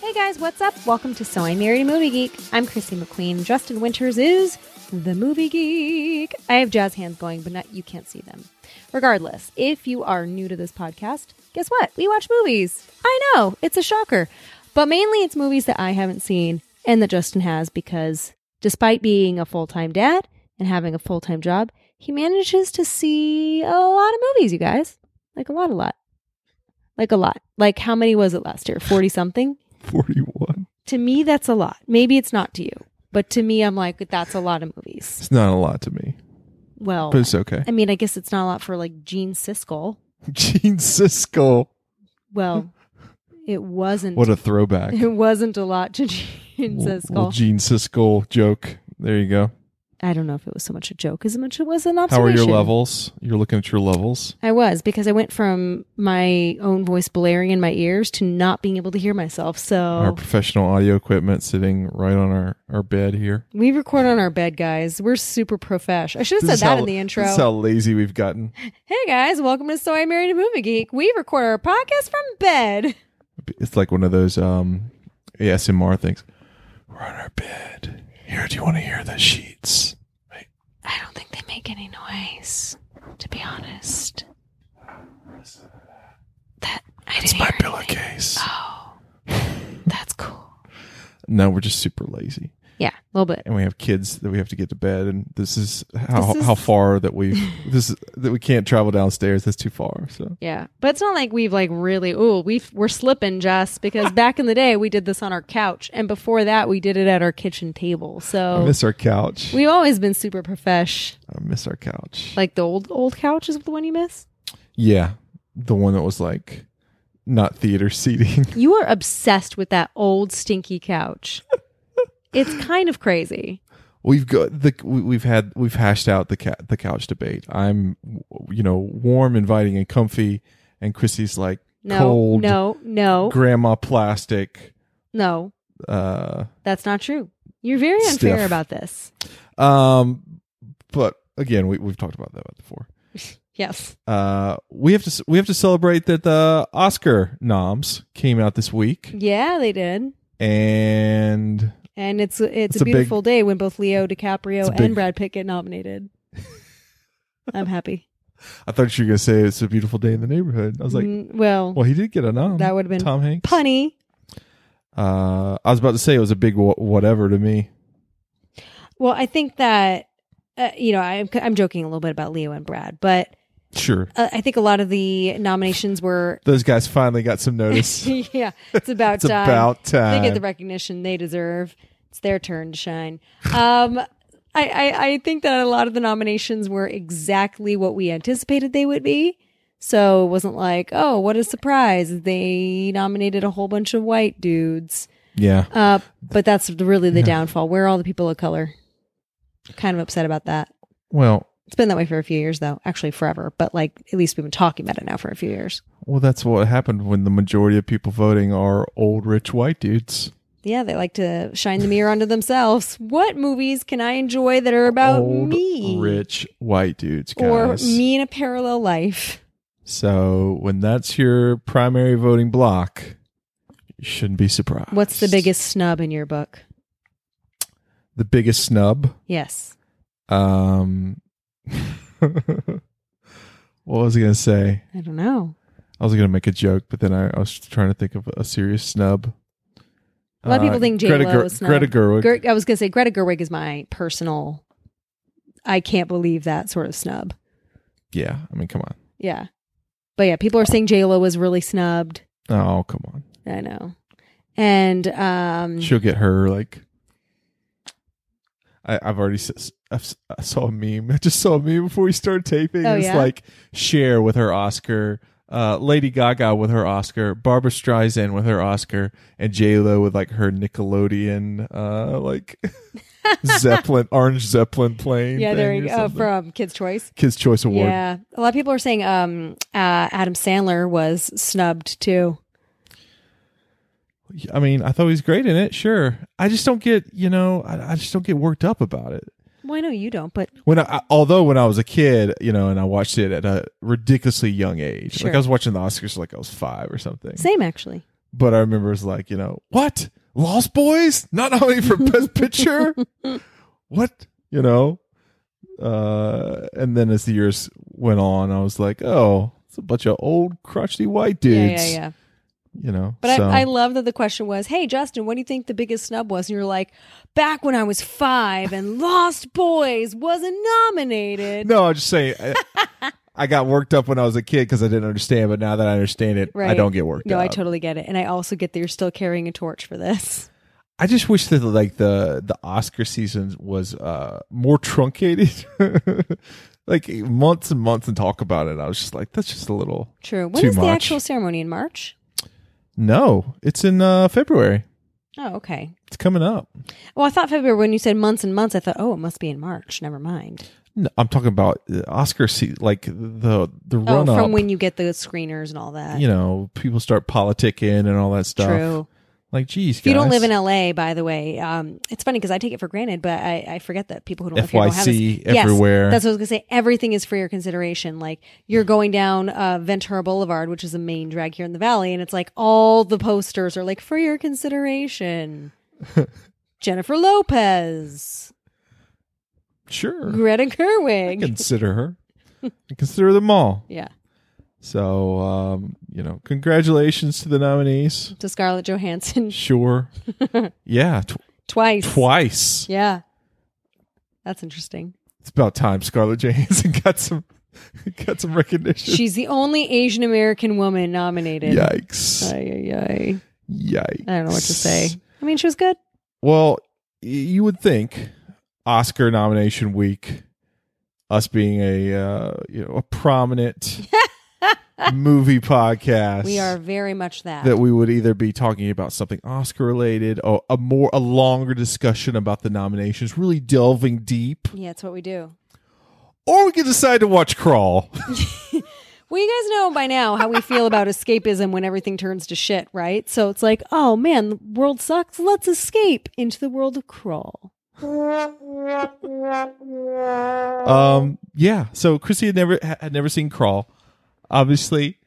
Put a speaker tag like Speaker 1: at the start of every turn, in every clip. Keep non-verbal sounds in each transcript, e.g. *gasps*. Speaker 1: Hey guys, what's up? Welcome to So I Married a Movie Geek. I'm Chrissy McQueen. Justin Winters is the movie geek. I have jazz hands going, but not, you can't see them. Regardless, if you are new to this podcast, guess what? We watch movies. I know, it's a shocker. But mainly it's movies that I haven't seen and that Justin has because despite being a full time dad and having a full time job, he manages to see a lot of movies, you guys. Like a lot, a lot. Like a lot. Like how many was it last year? 40 something?
Speaker 2: 41.
Speaker 1: to me that's a lot maybe it's not to you but to me i'm like that's a lot of movies
Speaker 2: It's not a lot to me,
Speaker 1: well
Speaker 2: but
Speaker 1: *laughs*
Speaker 2: it's okay.
Speaker 1: i mean i guess it's not a lot for like gene siskel
Speaker 2: Gene Siskel.
Speaker 1: well it wasn't *laughs*
Speaker 2: What a throwback.
Speaker 1: it wasn't a lot to gene
Speaker 2: Little-
Speaker 1: siskel
Speaker 2: little Gene Siskel joke. There you go.
Speaker 1: i don't know if it was so much a joke as much it was an
Speaker 2: How
Speaker 1: observation
Speaker 2: are your levels? You're looking at your levels.
Speaker 1: i was because i went from my own voice blaring in my ears to not being able to hear myself
Speaker 2: Our
Speaker 1: so
Speaker 2: professional audio equipment sitting right on our, our bed here.
Speaker 1: we record on our bed guys we're super profesh i should have
Speaker 2: This
Speaker 1: said
Speaker 2: is
Speaker 1: that
Speaker 2: how-
Speaker 1: in the intro
Speaker 2: This is how lazy we've gotten.
Speaker 1: Hey guys, welcome to So I Married a Movie Geek. We record our podcast from bed.
Speaker 2: It's like one of those um, ASMR things. We're on our bed. Here, do you want to hear the sheets? Right.
Speaker 1: I don't think they make any noise, to be honest. That I didn't
Speaker 2: My
Speaker 1: hear.
Speaker 2: pillowcase.
Speaker 1: That's cool.
Speaker 2: No, we're just super lazy.
Speaker 1: Yeah, a little bit.
Speaker 2: and we have kids that we have to get to bed and this is how
Speaker 1: This is-
Speaker 2: how far that we this is, that we can't travel downstairs that's too far so
Speaker 1: Yeah, but it's not like we've like really. Ooh, we we're slipping, Jess, because *laughs* back in the day we did this on our couch, and before that we did it at our kitchen table.
Speaker 2: i
Speaker 1: So
Speaker 2: miss our couch
Speaker 1: we've always been super profesh.
Speaker 2: i miss our couch
Speaker 1: Like the old old couch is the one you miss.
Speaker 2: yeah the one that was like not theater seating *laughs*
Speaker 1: You are obsessed with that old stinky couch. it's kind of crazy.
Speaker 2: we've got the we- we've had we've hashed out the cat the couch debate i'm you know warm inviting and comfy and chrissy's like
Speaker 1: No,
Speaker 2: cold
Speaker 1: no, no,
Speaker 2: grandma plastic
Speaker 1: no.
Speaker 2: uh
Speaker 1: That's not true. You're very unfair
Speaker 2: Stiff.
Speaker 1: about this.
Speaker 2: um but again we, we've talked about that before
Speaker 1: Yes.
Speaker 2: uh, we have to we have to celebrate that the Oscar noms came out this week,
Speaker 1: Yeah, they did.
Speaker 2: and
Speaker 1: And it's it's,
Speaker 2: It's
Speaker 1: a
Speaker 2: a big-
Speaker 1: beautiful day when both Leo DiCaprio
Speaker 2: It's a
Speaker 1: and
Speaker 2: big-
Speaker 1: Brad Pitt get
Speaker 2: *laughs*
Speaker 1: nominated. I'm happy.
Speaker 2: I thought you were gonna say it's a beautiful day in the neighborhood. I was like,
Speaker 1: Mm, well,
Speaker 2: well, he did get a nom.
Speaker 1: that would have been
Speaker 2: Tom Hanks.
Speaker 1: punny.
Speaker 2: Uh, I was about to say it was a big wha- whatever to me.
Speaker 1: Well, I think that uh, you know I'm I'm joking a little bit about Leo and Brad, but
Speaker 2: Sure,
Speaker 1: uh, I think a lot of the nominations were
Speaker 2: those guys finally got some notice.
Speaker 1: *laughs* yeah. It's about
Speaker 2: it's
Speaker 1: time.
Speaker 2: about time.
Speaker 1: they get the recognition they deserve. It's their turn to shine. Um, I, I, I think that a lot of the nominations were exactly what we anticipated they would be. So it wasn't like, oh, what a surprise. They nominated a whole bunch of white dudes.
Speaker 2: yeah,
Speaker 1: Uh, but that's really the downfall. Where are all the people of color? Kind of upset about that.
Speaker 2: well,
Speaker 1: It's been that way for a few years, though. Actually, forever. But like, at least we've been talking about it now for a few years.
Speaker 2: well, that's what happened when the majority of people voting are old, rich white dudes.
Speaker 1: Yeah, they like to shine the mirror onto themselves. What movies can I enjoy that are about
Speaker 2: old,
Speaker 1: me?
Speaker 2: rich white dudes,
Speaker 1: or
Speaker 2: guys.
Speaker 1: me in a parallel life.
Speaker 2: So when that's your primary voting block, you shouldn't be surprised.
Speaker 1: What's the biggest snub in your book?
Speaker 2: the biggest snub?
Speaker 1: Yes.
Speaker 2: Um, *laughs* what was I gonna say?
Speaker 1: I don't know.
Speaker 2: I was gonna make a joke, but then I, I was trying to think of a serious snub. Uh,
Speaker 1: A lot of people think
Speaker 2: Greta,
Speaker 1: J.Lo
Speaker 2: Ger-
Speaker 1: is snub.
Speaker 2: Greta Gerwig.
Speaker 1: Ger- I was going to say Greta Gerwig is my personal, I can't believe that sort of snub.
Speaker 2: yeah, I mean, come on.
Speaker 1: Yeah. But yeah, people are saying J-Lo was really snubbed.
Speaker 2: Oh, come on.
Speaker 1: I know. And um,
Speaker 2: She'll get her like. I, I've already s- I've s- *laughs* I saw a meme. I just saw a meme before we started taping.
Speaker 1: Oh,
Speaker 2: it's
Speaker 1: yeah?
Speaker 2: like share with her Oscar uh, Lady Gaga with her Oscar, Barbara Streisand with her Oscar, and J Lo with like her Nickelodeon uh, like *laughs* Zeppelin, orange Zeppelin plane.
Speaker 1: Yeah, there
Speaker 2: thing
Speaker 1: you
Speaker 2: or
Speaker 1: go.
Speaker 2: something.
Speaker 1: From Kids' Choice.
Speaker 2: Kids Choice Award.
Speaker 1: Yeah. A lot of people are saying um, uh, Adam Sandler was snubbed too.
Speaker 2: I mean, I thought he was great in it. Sure, I just don't get you know, I, I just don't get worked up about it.
Speaker 1: Well, I know you don't, but
Speaker 2: When I, I- although when I was a kid, you know, and I watched it at a ridiculously young age,
Speaker 1: Sure.
Speaker 2: like I was watching the Oscars like I was five or something.
Speaker 1: same actually.
Speaker 2: But I remember it was like, you know, what Lost Boys not nominated for Best
Speaker 1: *laughs*
Speaker 2: Picture? what you know? Uh, and then as the years went on, I was like, oh, it's a bunch of old crotchety white dudes.
Speaker 1: Yeah, yeah, yeah.
Speaker 2: You know,
Speaker 1: But
Speaker 2: so-
Speaker 1: I, I love that the question was, "Hey, Justin, what do you think the biggest snub was?" And you're like, "Back when I was five *laughs* and Lost Boys wasn't nominated."
Speaker 2: No, I'm just saying. I,
Speaker 1: *laughs*
Speaker 2: I got worked up when I was a kid because I didn't understand, but now that I understand it, I
Speaker 1: Right.
Speaker 2: don't get worked
Speaker 1: No,
Speaker 2: up.
Speaker 1: I totally get it, and I also get that you're still carrying a torch for this.
Speaker 2: I just wish that like the the Oscar season was uh more truncated. *laughs* like months and months and talk about it. I was just like, that's just a little.
Speaker 1: *laughs* True. When is
Speaker 2: Too
Speaker 1: the
Speaker 2: much.
Speaker 1: actual ceremony in March?
Speaker 2: No, it's in uh February.
Speaker 1: Oh, okay.
Speaker 2: It's coming up.
Speaker 1: Well, I thought February when you said months and months, I thought, oh, it must be in March. Never mind.
Speaker 2: No, I'm talking about the Oscar season, like the the
Speaker 1: Oh,
Speaker 2: run up.
Speaker 1: from when you get the screeners and all that.
Speaker 2: you know, people start politicking and all that stuff.
Speaker 1: True.
Speaker 2: Like, geez,
Speaker 1: If you don't live in LA, by the way, um, it's funny because I take it for granted, but I, I forget that people who don't live here don't have this.
Speaker 2: FYC
Speaker 1: Yes,
Speaker 2: everywhere.
Speaker 1: that's what I was gonna say. Everything is for your consideration. Like you're going down uh, Ventura Boulevard, which is the main drag here in the valley, and it's like all the posters are like for your
Speaker 2: *laughs*
Speaker 1: consideration. Jennifer Lopez,
Speaker 2: sure.
Speaker 1: Greta Gerwig.
Speaker 2: consider
Speaker 1: *laughs*
Speaker 2: her. I consider them all.
Speaker 1: Yeah,
Speaker 2: So, um, you know, congratulations to the nominees.
Speaker 1: to Scarlett Johansson *laughs*
Speaker 2: Sure. yeah, tw-
Speaker 1: twice.
Speaker 2: twice.
Speaker 1: Yeah, that's interesting.
Speaker 2: It's about time Scarlett Johansson *laughs* got some got some recognition.
Speaker 1: She's the only Asian American woman nominated.
Speaker 2: Yikes.
Speaker 1: Ay, ay, ay.
Speaker 2: Yikes.
Speaker 1: I don't know what to say. I mean, she was good.
Speaker 2: Well, y- you would think Oscar nomination week, us being a uh, you know,
Speaker 1: *laughs*
Speaker 2: a prominent movie podcast.
Speaker 1: We are very much that.
Speaker 2: that we would either be talking about something Oscar related or a more a longer discussion about the nominations, really delving deep,
Speaker 1: yeah, it's what we do.
Speaker 2: or we could decide to watch Crawl.
Speaker 1: Well, you guys know by now how we feel about escapism when everything turns to shit, right? So it's like, oh man, the world sucks. Let's escape into the world of crawl.
Speaker 2: um, yeah. So Chrissy had never ha- had never seen Crawl. Obviously,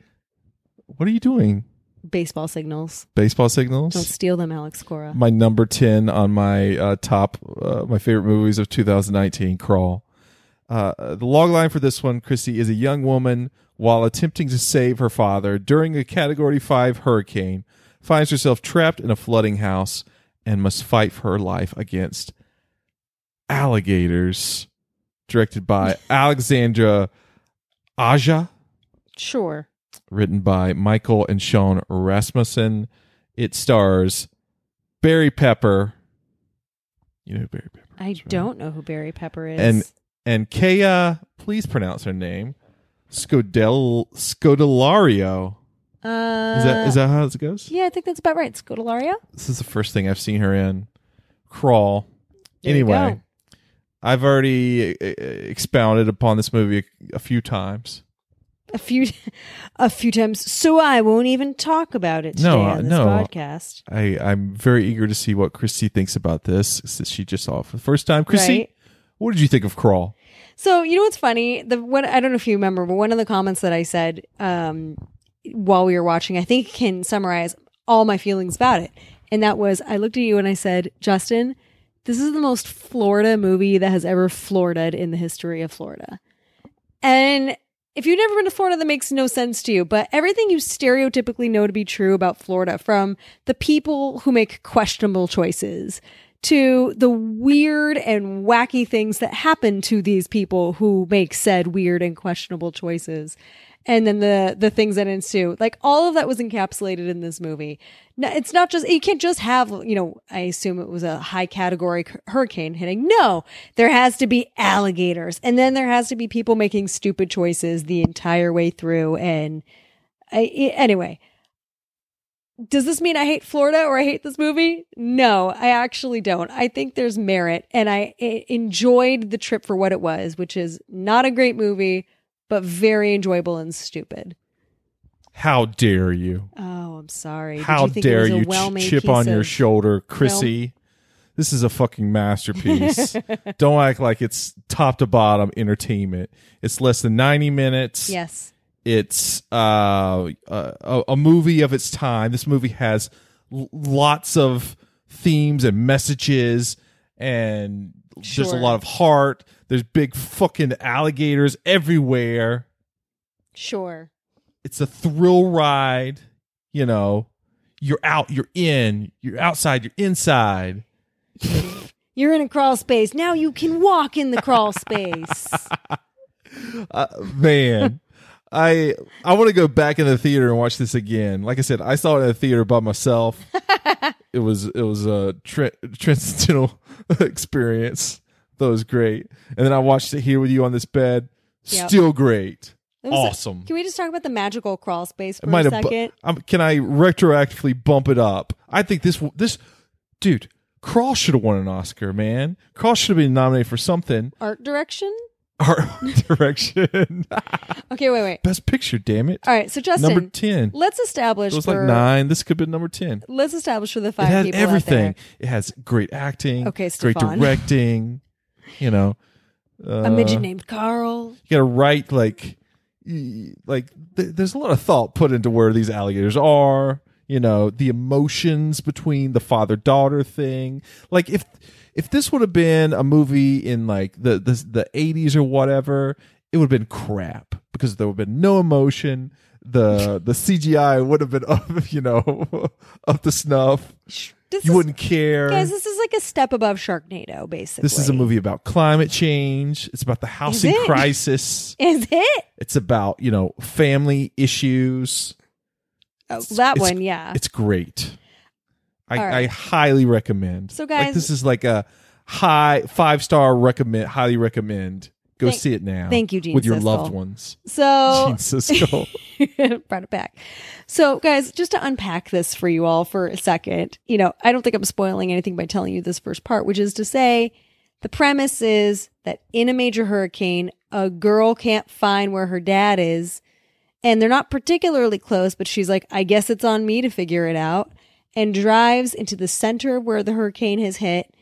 Speaker 2: what are you doing?
Speaker 1: Baseball signals.
Speaker 2: Baseball
Speaker 1: Don't
Speaker 2: signals.
Speaker 1: steal them, Alex Cora.
Speaker 2: My number ten on my uh, top uh, my favorite movies of 2019, Crawl. Uh, the log line for this one, Christy, is a young woman while attempting to save her father during a Category 5 hurricane finds herself trapped in a flooding house and must fight for her life against alligators. Directed by Alexandra Aja,
Speaker 1: Sure.
Speaker 2: written by Michael and Sean Rasmussen. It stars Barry Pepper. You know who Barry Pepper.
Speaker 1: I
Speaker 2: is, right?
Speaker 1: don't know who Barry Pepper is.
Speaker 2: And- and Kea, please pronounce her name, Scodel Scodelario.
Speaker 1: uh,
Speaker 2: Is that is that how it goes?
Speaker 1: Yeah, I think that's about right. Scodelario.
Speaker 2: This is the first thing I've seen her in. Crawl.
Speaker 1: There you
Speaker 2: anyway,
Speaker 1: go.
Speaker 2: I've already uh, expounded upon this movie a, a few times.
Speaker 1: A few, *laughs* a few times. So I won't even talk about it today
Speaker 2: No, uh,
Speaker 1: on this
Speaker 2: no.
Speaker 1: podcast.
Speaker 2: I, I'm very eager to see what Christy thinks about this since she just saw it for the first time. Christy,
Speaker 1: Right.
Speaker 2: what did you think of Crawl?
Speaker 1: So you know what's funny? The what I don't know if you remember, but one of the comments that I said um, while we were watching, I think can summarize all my feelings about it, and that was I looked at you and I said, Justin, this is the most Florida movie that has ever Floridaed in the history of Florida, and. If you've never been to Florida, that makes no sense to you. But everything you stereotypically know to be true about Florida, from the people who make questionable choices to the weird and wacky things that happen to these people who make said weird and questionable choices. And then the the things that ensue, like all of that was encapsulated in this movie. No, it's not just you can't just have you know. I assume it was a high category c- hurricane hitting. No, there has to be alligators, and then there has to be people making stupid choices the entire way through. And I, I- anyway, does this mean I hate Florida or I hate this movie? No, I actually don't. I think there's merit, and I, I enjoyed the trip for what it was, which is not a great movie, but very enjoyable and stupid.
Speaker 2: How dare you?
Speaker 1: Oh, I'm sorry. Did
Speaker 2: How
Speaker 1: think it
Speaker 2: dare
Speaker 1: was a
Speaker 2: you ch-
Speaker 1: well-made
Speaker 2: chip
Speaker 1: piece
Speaker 2: on your
Speaker 1: of-
Speaker 2: shoulder, Chrissy? This is a fucking
Speaker 1: *laughs*
Speaker 2: masterpiece. Don't act like it's top to bottom entertainment. It's less than 90 minutes.
Speaker 1: Yes.
Speaker 2: It's uh, a, a movie of its time. This movie has l- lots of themes and messages, and there's a
Speaker 1: Sure.
Speaker 2: lot of heart. There's big fucking alligators everywhere.
Speaker 1: Sure.
Speaker 2: it's a thrill ride you know you're out you're in you're outside you're inside
Speaker 1: You're in a crawl space. Now you can walk in the crawl *laughs* space.
Speaker 2: uh, man i i want to go back in the theater and watch this again like i said i saw it in the theater by
Speaker 1: *laughs*
Speaker 2: myself it was it was a tra- transcendental *laughs* experience that was great and then i watched it here with you on this bed
Speaker 1: Yep.
Speaker 2: still great
Speaker 1: It was-
Speaker 2: awesome
Speaker 1: Can we just talk about the magical crawl space for
Speaker 2: It might
Speaker 1: a
Speaker 2: have. bu-
Speaker 1: second?
Speaker 2: um, can I retroactively bump it up? I think this w- this dude Crawl should have won an Oscar. Man, Crawl should have been nominated for something.
Speaker 1: Art direction?
Speaker 2: Art *laughs* direction, *laughs*
Speaker 1: Okay, wait, wait.
Speaker 2: best picture. Damn it,
Speaker 1: All right, so Justin,
Speaker 2: number ten.
Speaker 1: let's establish
Speaker 2: It was like
Speaker 1: for
Speaker 2: nine. This could have been number ten.
Speaker 1: let's establish for the
Speaker 2: It
Speaker 1: five
Speaker 2: has
Speaker 1: people
Speaker 2: everything.
Speaker 1: out
Speaker 2: It has great acting.
Speaker 1: Okay,
Speaker 2: great
Speaker 1: Stefan.
Speaker 2: directing. You know, uh,
Speaker 1: there. A midget named Carl.
Speaker 2: you got to write like y- like th- there's a lot of thought put into where these alligators are you know the emotions between the father daughter thing like if if this would have been a movie in like the the, the 80s or whatever it would have been crap because there would have been no emotion the the CGI would have been *laughs* up you know *laughs* up to snuff
Speaker 1: Sh- This
Speaker 2: you
Speaker 1: is,
Speaker 2: wouldn't care
Speaker 1: guys, this is like a step above Sharknado, basically.
Speaker 2: this is a movie about climate change it's about the housing
Speaker 1: it?
Speaker 2: crisis
Speaker 1: Is it?
Speaker 2: it's about you know family issues
Speaker 1: Oh, that
Speaker 2: it's-
Speaker 1: one, yeah.
Speaker 2: it's great i,
Speaker 1: All right.
Speaker 2: I highly recommend
Speaker 1: So,
Speaker 2: like,
Speaker 1: guys-
Speaker 2: this is like a high five star recommend highly recommend go
Speaker 1: Thank-
Speaker 2: see it now
Speaker 1: thank you, Gene
Speaker 2: with your
Speaker 1: Siskel. Oh.
Speaker 2: loved ones
Speaker 1: So
Speaker 2: *laughs* Gene
Speaker 1: *laughs*
Speaker 2: Siskel.
Speaker 1: brought it back. So, guys, just to unpack this for you all for a second, you know, I don't think I'm spoiling anything by telling you this first part, which is to say the premise is that in a major hurricane, a girl can't find where her dad is, and they're not particularly close, but she's like, I guess it's on me to figure it out, and drives into the center of where the hurricane has hit.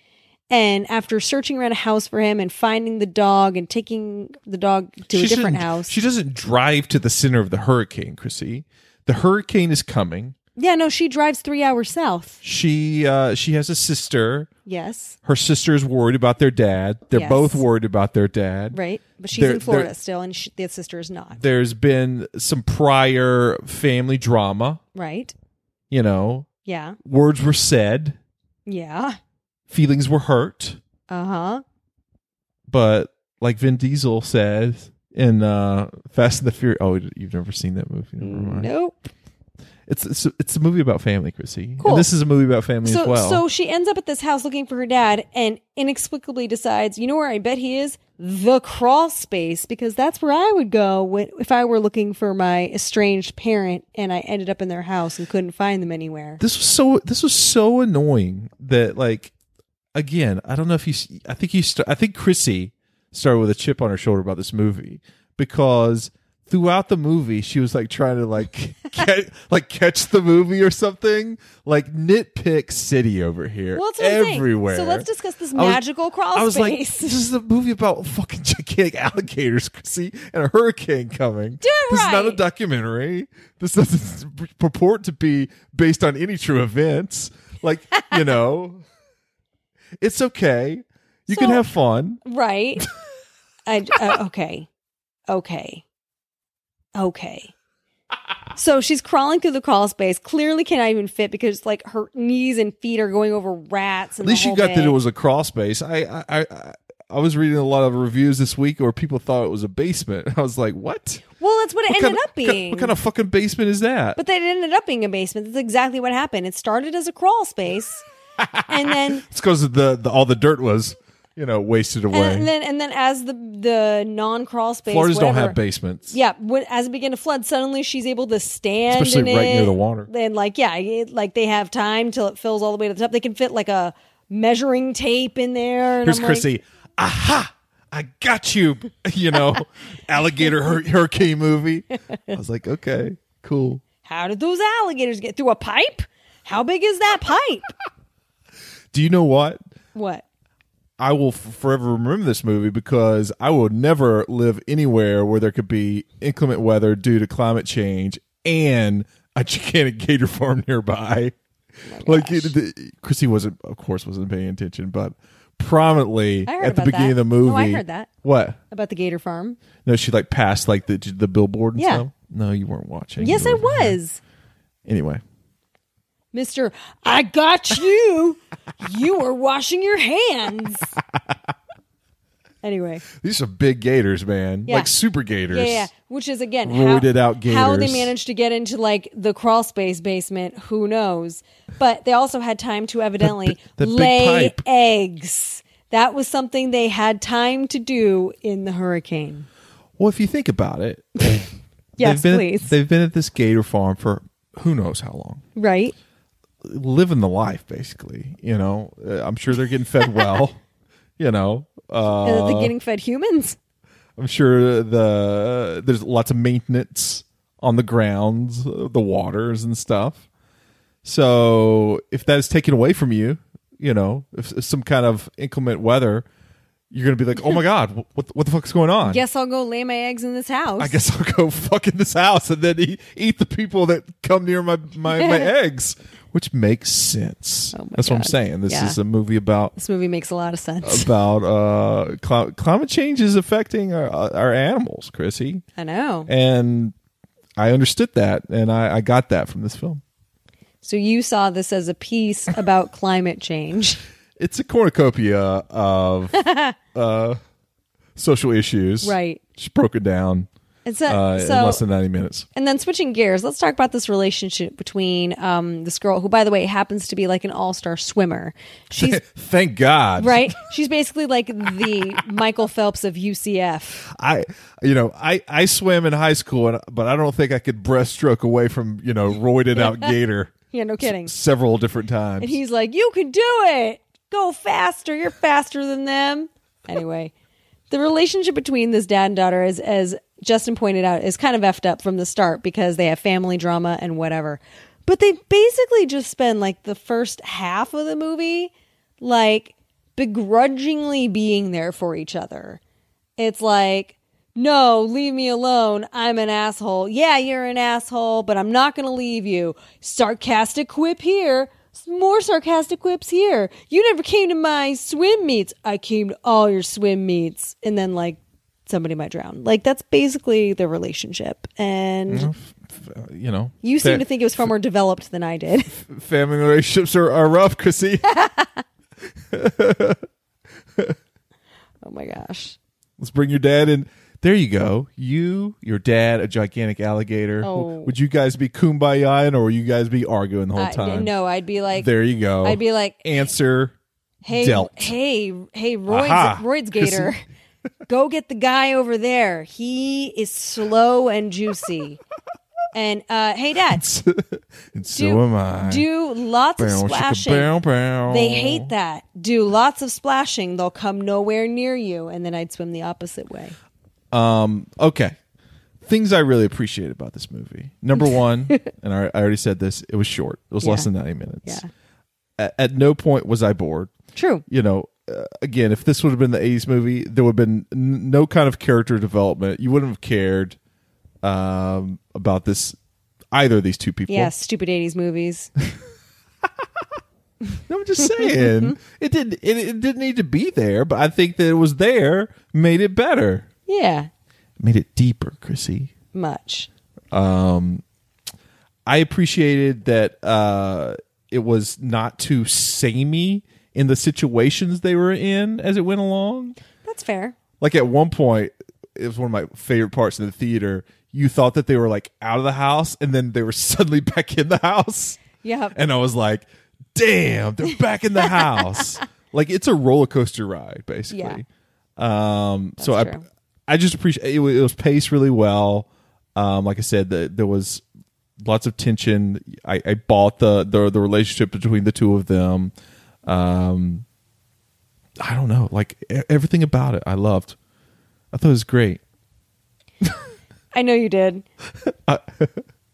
Speaker 1: And after searching around a house for him and finding the dog and taking the dog to a different
Speaker 2: shouldn't-
Speaker 1: house.
Speaker 2: she doesn't drive to the center of the hurricane chrissy the hurricane is coming
Speaker 1: Yeah, no, she drives three hours south.
Speaker 2: she uh she has a sister
Speaker 1: Yes,
Speaker 2: her sister is worried about their dad they're
Speaker 1: Yes.
Speaker 2: both worried about their dad
Speaker 1: right. But she's
Speaker 2: There-
Speaker 1: in Florida
Speaker 2: there-
Speaker 1: still, and she, the sister is not.
Speaker 2: there's been some prior family drama
Speaker 1: Right?
Speaker 2: you know
Speaker 1: Yeah.
Speaker 2: words were said,
Speaker 1: Yeah.
Speaker 2: feelings were hurt,
Speaker 1: Uh huh.
Speaker 2: but like Vin Diesel said in uh, Fast and the Furious, oh, you've never seen that movie. Never
Speaker 1: Mm,
Speaker 2: mind.
Speaker 1: Nope.
Speaker 2: It's, it's it's a movie about family, Chrissy.
Speaker 1: Cool.
Speaker 2: And this is a movie about family
Speaker 1: So,
Speaker 2: as well.
Speaker 1: so she ends up at this house looking for her dad, and inexplicably decides, you know where I bet he is? The crawl space, because that's where I would go when, if I were looking for my estranged parent, and I ended up in their house and couldn't find them anywhere.
Speaker 2: this was so this was so annoying that like again, I don't know if you. s- I think you. St- I think Chrissy started with a chip on her shoulder about this movie because throughout the movie she was like trying to like *laughs* ca- like catch the movie or something like nitpick city over here
Speaker 1: Well, that's what I'm saying.
Speaker 2: everywhere
Speaker 1: So let's discuss this
Speaker 2: I was-
Speaker 1: magical crawl
Speaker 2: I was like,
Speaker 1: space. *laughs*
Speaker 2: this is a movie about fucking *laughs* gigantic alligators, Chrissy, and a hurricane coming.
Speaker 1: it
Speaker 2: this is not a
Speaker 1: right.
Speaker 2: documentary. This doesn't p- purport to be based on any true events. Like,
Speaker 1: *laughs*
Speaker 2: you know, it's okay. You can
Speaker 1: So-
Speaker 2: have fun.
Speaker 1: Right. I uh, okay. Okay. Okay. So she's crawling through the crawl space. Clearly cannot even fit because like her knees and feet are going over rats. And
Speaker 2: At least
Speaker 1: the
Speaker 2: you
Speaker 1: whole
Speaker 2: got that it
Speaker 1: bit.
Speaker 2: was a crawl space. I, I, I, I- I was reading a lot of reviews this week where people thought it was a basement. *laughs* I was like, what?
Speaker 1: Well, that's what it
Speaker 2: What
Speaker 1: ended
Speaker 2: kind of-
Speaker 1: up being.
Speaker 2: What kind of fucking basement is that?
Speaker 1: but then it ended up being a basement. That's exactly what happened. It started as a crawl space, and then
Speaker 2: *laughs* it's because the, the all the dirt was you know, wasted away.
Speaker 1: And, and then and then as the the non crawl space
Speaker 2: Floridas don't
Speaker 1: whatever-
Speaker 2: have basements.
Speaker 1: Yeah, when, as it began to flood, suddenly she's able to stand
Speaker 2: Especially
Speaker 1: in
Speaker 2: right
Speaker 1: it,
Speaker 2: near the water.
Speaker 1: And like, yeah, it, like they have time till it fills all the way to the top. They can fit like a measuring tape in there. And
Speaker 2: Here's
Speaker 1: I'm like-
Speaker 2: Chrissy. Aha! I got you. *laughs* You know, alligator hur- hurricane movie. I was like, okay, cool.
Speaker 1: How did those alligators get through a pipe? How big is that pipe? *laughs*
Speaker 2: Do you know what?
Speaker 1: what?
Speaker 2: I will f- forever remember this movie because I will never live anywhere where there could be inclement weather due to climate change and a gigantic *laughs* gator farm nearby.
Speaker 1: Oh
Speaker 2: like it, the, Chrissy wasn't, of course, wasn't paying attention, but prominently
Speaker 1: I heard
Speaker 2: at the
Speaker 1: about
Speaker 2: beginning of
Speaker 1: that.
Speaker 2: the movie.
Speaker 1: No, I heard that.
Speaker 2: What?
Speaker 1: About the gator farm?
Speaker 2: No, she like passed like the the billboard and
Speaker 1: Yeah.
Speaker 2: stuff. No, you weren't watching.
Speaker 1: Yes, I
Speaker 2: You were-
Speaker 1: was.
Speaker 2: Anyway,
Speaker 1: Mr. I got you. you were washing your hands. *laughs* Anyway.
Speaker 2: these are big gators, man.
Speaker 1: Yeah.
Speaker 2: Like super gators.
Speaker 1: Yeah, yeah. Which is again
Speaker 2: Roided
Speaker 1: how,
Speaker 2: out
Speaker 1: how they
Speaker 2: gators.
Speaker 1: managed to get into like the crawl space basement. Who knows? But they also had time to evidently
Speaker 2: that big
Speaker 1: lay
Speaker 2: pipe.
Speaker 1: eggs. That was something they had time to do in the hurricane.
Speaker 2: Well, if you think about it,
Speaker 1: *laughs* Yes,
Speaker 2: they've been
Speaker 1: please.
Speaker 2: they've been at this gator farm for who knows how long,
Speaker 1: right?
Speaker 2: living the life basically. You know, Uh, I'm sure they're
Speaker 1: *laughs*
Speaker 2: getting fed well. you know, uh,
Speaker 1: And that they're getting fed humans.
Speaker 2: I'm sure the there's lots of maintenance on the grounds, uh, the waters and stuff. So if that is taken away from you, you know, if, if some kind of inclement weather, you're gonna be like, oh my god, what what the fuck's going on?
Speaker 1: Guess I'll go lay my eggs in this house.
Speaker 2: I guess I'll go *laughs* fuck in this house and then eat, eat the people that come near my my,
Speaker 1: *laughs*
Speaker 2: my eggs, which makes sense.
Speaker 1: Oh my
Speaker 2: That's what I'm
Speaker 1: God.
Speaker 2: saying. This
Speaker 1: Yeah.
Speaker 2: is a movie about
Speaker 1: this movie makes a lot of sense.
Speaker 2: about uh cli- climate change is affecting our our animals, Chrissy.
Speaker 1: I know.
Speaker 2: And I understood that, and I, I got that from this film.
Speaker 1: So you saw this as a piece about climate
Speaker 2: *laughs*
Speaker 1: change.
Speaker 2: It's a cornucopia
Speaker 1: *laughs*
Speaker 2: of uh, social issues,
Speaker 1: Right.
Speaker 2: Just broken down
Speaker 1: It's a,
Speaker 2: uh,
Speaker 1: so
Speaker 2: in less than ninety minutes.
Speaker 1: And then switching gears, let's talk about this relationship between um, this girl, who, by the way, happens to be like an all star swimmer. She's
Speaker 2: Thank God,
Speaker 1: right. She's basically like the Michael Phelps of UCF.
Speaker 2: I, you know, I I swam in high school, and, but I don't think I could breaststroke away from you know
Speaker 1: *laughs*
Speaker 2: roided out gator
Speaker 1: Yeah, no kidding.
Speaker 2: several different times.
Speaker 1: And he's like, "You can do it. Go faster. You're faster than them." Anyway, the relationship between this dad and daughter is, as Justin pointed out, is kind of effed up from the start because they have family drama and whatever. But they basically just spend like the first half of the movie like begrudgingly being there for each other. It's like, no, leave me alone. I'm an asshole. Yeah, you're an asshole, but I'm not going to leave you. Sarcastic quip here. s- More sarcastic quips here. You never came to my swim meets. I came to all your swim meets. And then, like, somebody might drown. Like, that's basically the relationship. And
Speaker 2: Uh, you know,
Speaker 1: you seem
Speaker 2: fa-
Speaker 1: to think it was far more developed than I did. *laughs*
Speaker 2: family relationships are, are rough, Chrissy.
Speaker 1: oh my gosh.
Speaker 2: Let's bring your dad in. There you go. You, your dad, a gigantic alligator.
Speaker 1: Oh.
Speaker 2: Would you guys be kumbayaing or would you guys be arguing the whole
Speaker 1: I,
Speaker 2: time?
Speaker 1: no, I'd be like,
Speaker 2: There you go.
Speaker 1: I'd be like,
Speaker 2: answer
Speaker 1: hey,
Speaker 2: dealt.
Speaker 1: hey, hey, Royd's,
Speaker 2: Aha.
Speaker 1: Royd's Gator, *laughs* go get the guy over there. He is slow and juicy. and uh, hey,
Speaker 2: *laughs*
Speaker 1: Dad,
Speaker 2: *laughs* and so
Speaker 1: do
Speaker 2: am I.
Speaker 1: do lots of
Speaker 2: Bow,
Speaker 1: splashing.
Speaker 2: chicka, bow, bow.
Speaker 1: They hate that. Do lots of splashing. They'll come nowhere near you. And then I'd swim the opposite way.
Speaker 2: Okay. Things I really appreciate about this movie.
Speaker 1: *laughs*
Speaker 2: Number one, and I, I already said this, it was short. It was less
Speaker 1: Yeah.
Speaker 2: than 90 minutes.
Speaker 1: Yeah.
Speaker 2: At, at no point was I bored.
Speaker 1: True.
Speaker 2: you know, uh, again, if this would have been the 80s movie, there would have been n- no kind of character development. You wouldn't have cared um, about this, either of these two people.
Speaker 1: Yeah, stupid 80s
Speaker 2: *laughs*
Speaker 1: movies.
Speaker 2: No, I'm just saying. it, didn't, it, it didn't need to be there, but I think that it was there, made it better,
Speaker 1: yeah,
Speaker 2: made it deeper, Chrissy.
Speaker 1: much.
Speaker 2: I appreciated that uh, it was not too samey in the situations they were in as it went along.
Speaker 1: That's fair.
Speaker 2: like at one point it was one of my favorite parts in the theater you thought that they were like out of the house and then they were *laughs* suddenly back in the house
Speaker 1: Yep. *laughs*
Speaker 2: and i was like damn they're back in the house like it's a roller coaster ride basically. Um, so I,
Speaker 1: That's true.
Speaker 2: I just appreciate it, wa- it was paced really well. Um, like I said, the, there was lots of tension. I, I bought the, the the relationship between the two of them. Um, I don't know, like e- everything about it, I loved. I thought it was great.
Speaker 1: I know you
Speaker 2: *laughs*
Speaker 1: did.
Speaker 2: Uh,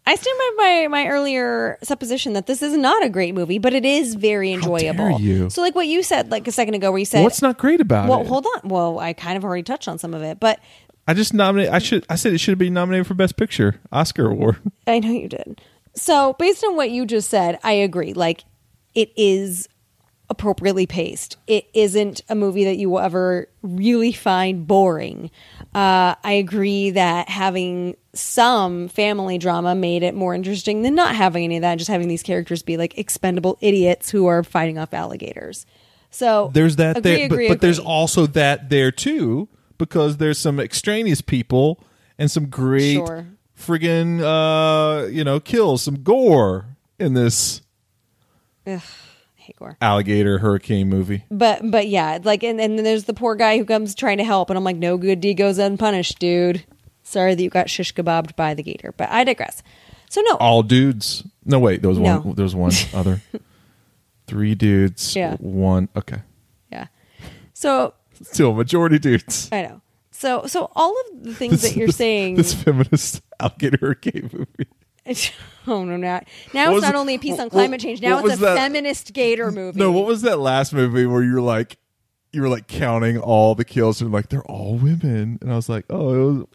Speaker 1: I stand by my, my earlier supposition that this is not a great movie, but it is very enjoyable.
Speaker 2: dare you.
Speaker 1: So, like what you said, like a second ago, where you said,
Speaker 2: What's not great about
Speaker 1: Well,
Speaker 2: it?
Speaker 1: hold on. Well, I kind of already touched on some of it, but
Speaker 2: I just nominated. I should. I said it should be nominated for best picture, Oscar award.
Speaker 1: I know you did. So, based on what you just said, I agree. Like, it is appropriately paced. It isn't a movie that you will ever really find boring. Uh, I agree that having some family drama made it more interesting than not having any of that, just having these characters be like expendable idiots who are fighting off alligators. So
Speaker 2: There's that
Speaker 1: agree,
Speaker 2: there,
Speaker 1: agree,
Speaker 2: but, but there's
Speaker 1: agree.
Speaker 2: also that there too because there's some extraneous people and some great
Speaker 1: Sure.
Speaker 2: friggin' uh, you know kills, some gore in this
Speaker 1: Ugh, I hate gore.
Speaker 2: alligator hurricane movie.
Speaker 1: But but yeah, like and, and then there's the poor guy who comes trying to help, and I'm like, no good deed goes unpunished, dude. Sorry that you got shish kebabbed by the gator, but I digress. So no,
Speaker 2: All dudes. No wait, there was
Speaker 1: No.
Speaker 2: one. There was
Speaker 1: *laughs*
Speaker 2: one other. Three dudes.
Speaker 1: Yeah.
Speaker 2: One. Okay.
Speaker 1: yeah. So
Speaker 2: Still majority dudes.
Speaker 1: I know. So so all of the things that you're saying.
Speaker 2: *laughs*
Speaker 1: *laughs*
Speaker 2: This feminist alligator hurricane movie.
Speaker 1: oh no, not now.
Speaker 2: What
Speaker 1: It's
Speaker 2: was
Speaker 1: not
Speaker 2: it-
Speaker 1: only a piece on
Speaker 2: what-
Speaker 1: climate change. Now
Speaker 2: what
Speaker 1: it's a
Speaker 2: was that-
Speaker 1: feminist gator movie.
Speaker 2: No, what was that last movie where you were like, you were like counting all the kills and like they're all women, and I was like, oh, it was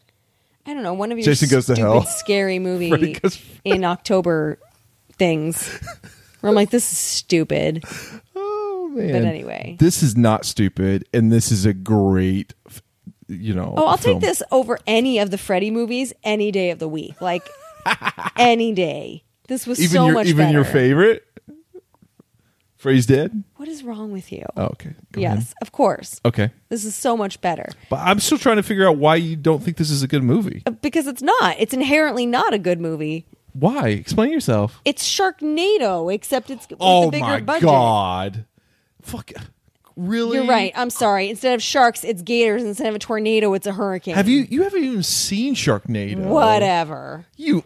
Speaker 1: I don't know. One of your
Speaker 2: Jason Goes to
Speaker 1: stupid,
Speaker 2: Hell. *laughs*
Speaker 1: scary
Speaker 2: Freddy
Speaker 1: movie
Speaker 2: Goes-
Speaker 1: in October things. Where I'm like, this is
Speaker 2: *laughs*
Speaker 1: stupid.
Speaker 2: oh man.
Speaker 1: But anyway.
Speaker 2: this is not stupid, and this is a great, f- you know.
Speaker 1: Oh, I'll
Speaker 2: film.
Speaker 1: take this over any of the Freddy movies any day of the week. Like *laughs* any day. This was
Speaker 2: Even
Speaker 1: so
Speaker 2: your
Speaker 1: much
Speaker 2: even your
Speaker 1: better.
Speaker 2: favorite. Phrase dead.
Speaker 1: What is wrong with you?
Speaker 2: Oh, okay. Go
Speaker 1: yes,
Speaker 2: ahead.
Speaker 1: of course.
Speaker 2: Okay,
Speaker 1: This is so much better
Speaker 2: but I'm still trying to figure out why you don't think this is a good movie.
Speaker 1: because it's not. It's inherently not a good movie.
Speaker 2: Why? Explain yourself.
Speaker 1: It's Sharknado, except it's with a
Speaker 2: oh
Speaker 1: bigger
Speaker 2: my
Speaker 1: budget.
Speaker 2: god! Fuck. Really?
Speaker 1: You're right. I'm sorry. Instead of sharks, it's gators. Instead of a tornado, it's a hurricane.
Speaker 2: Have you you haven't even seen Sharknado?
Speaker 1: Whatever.
Speaker 2: You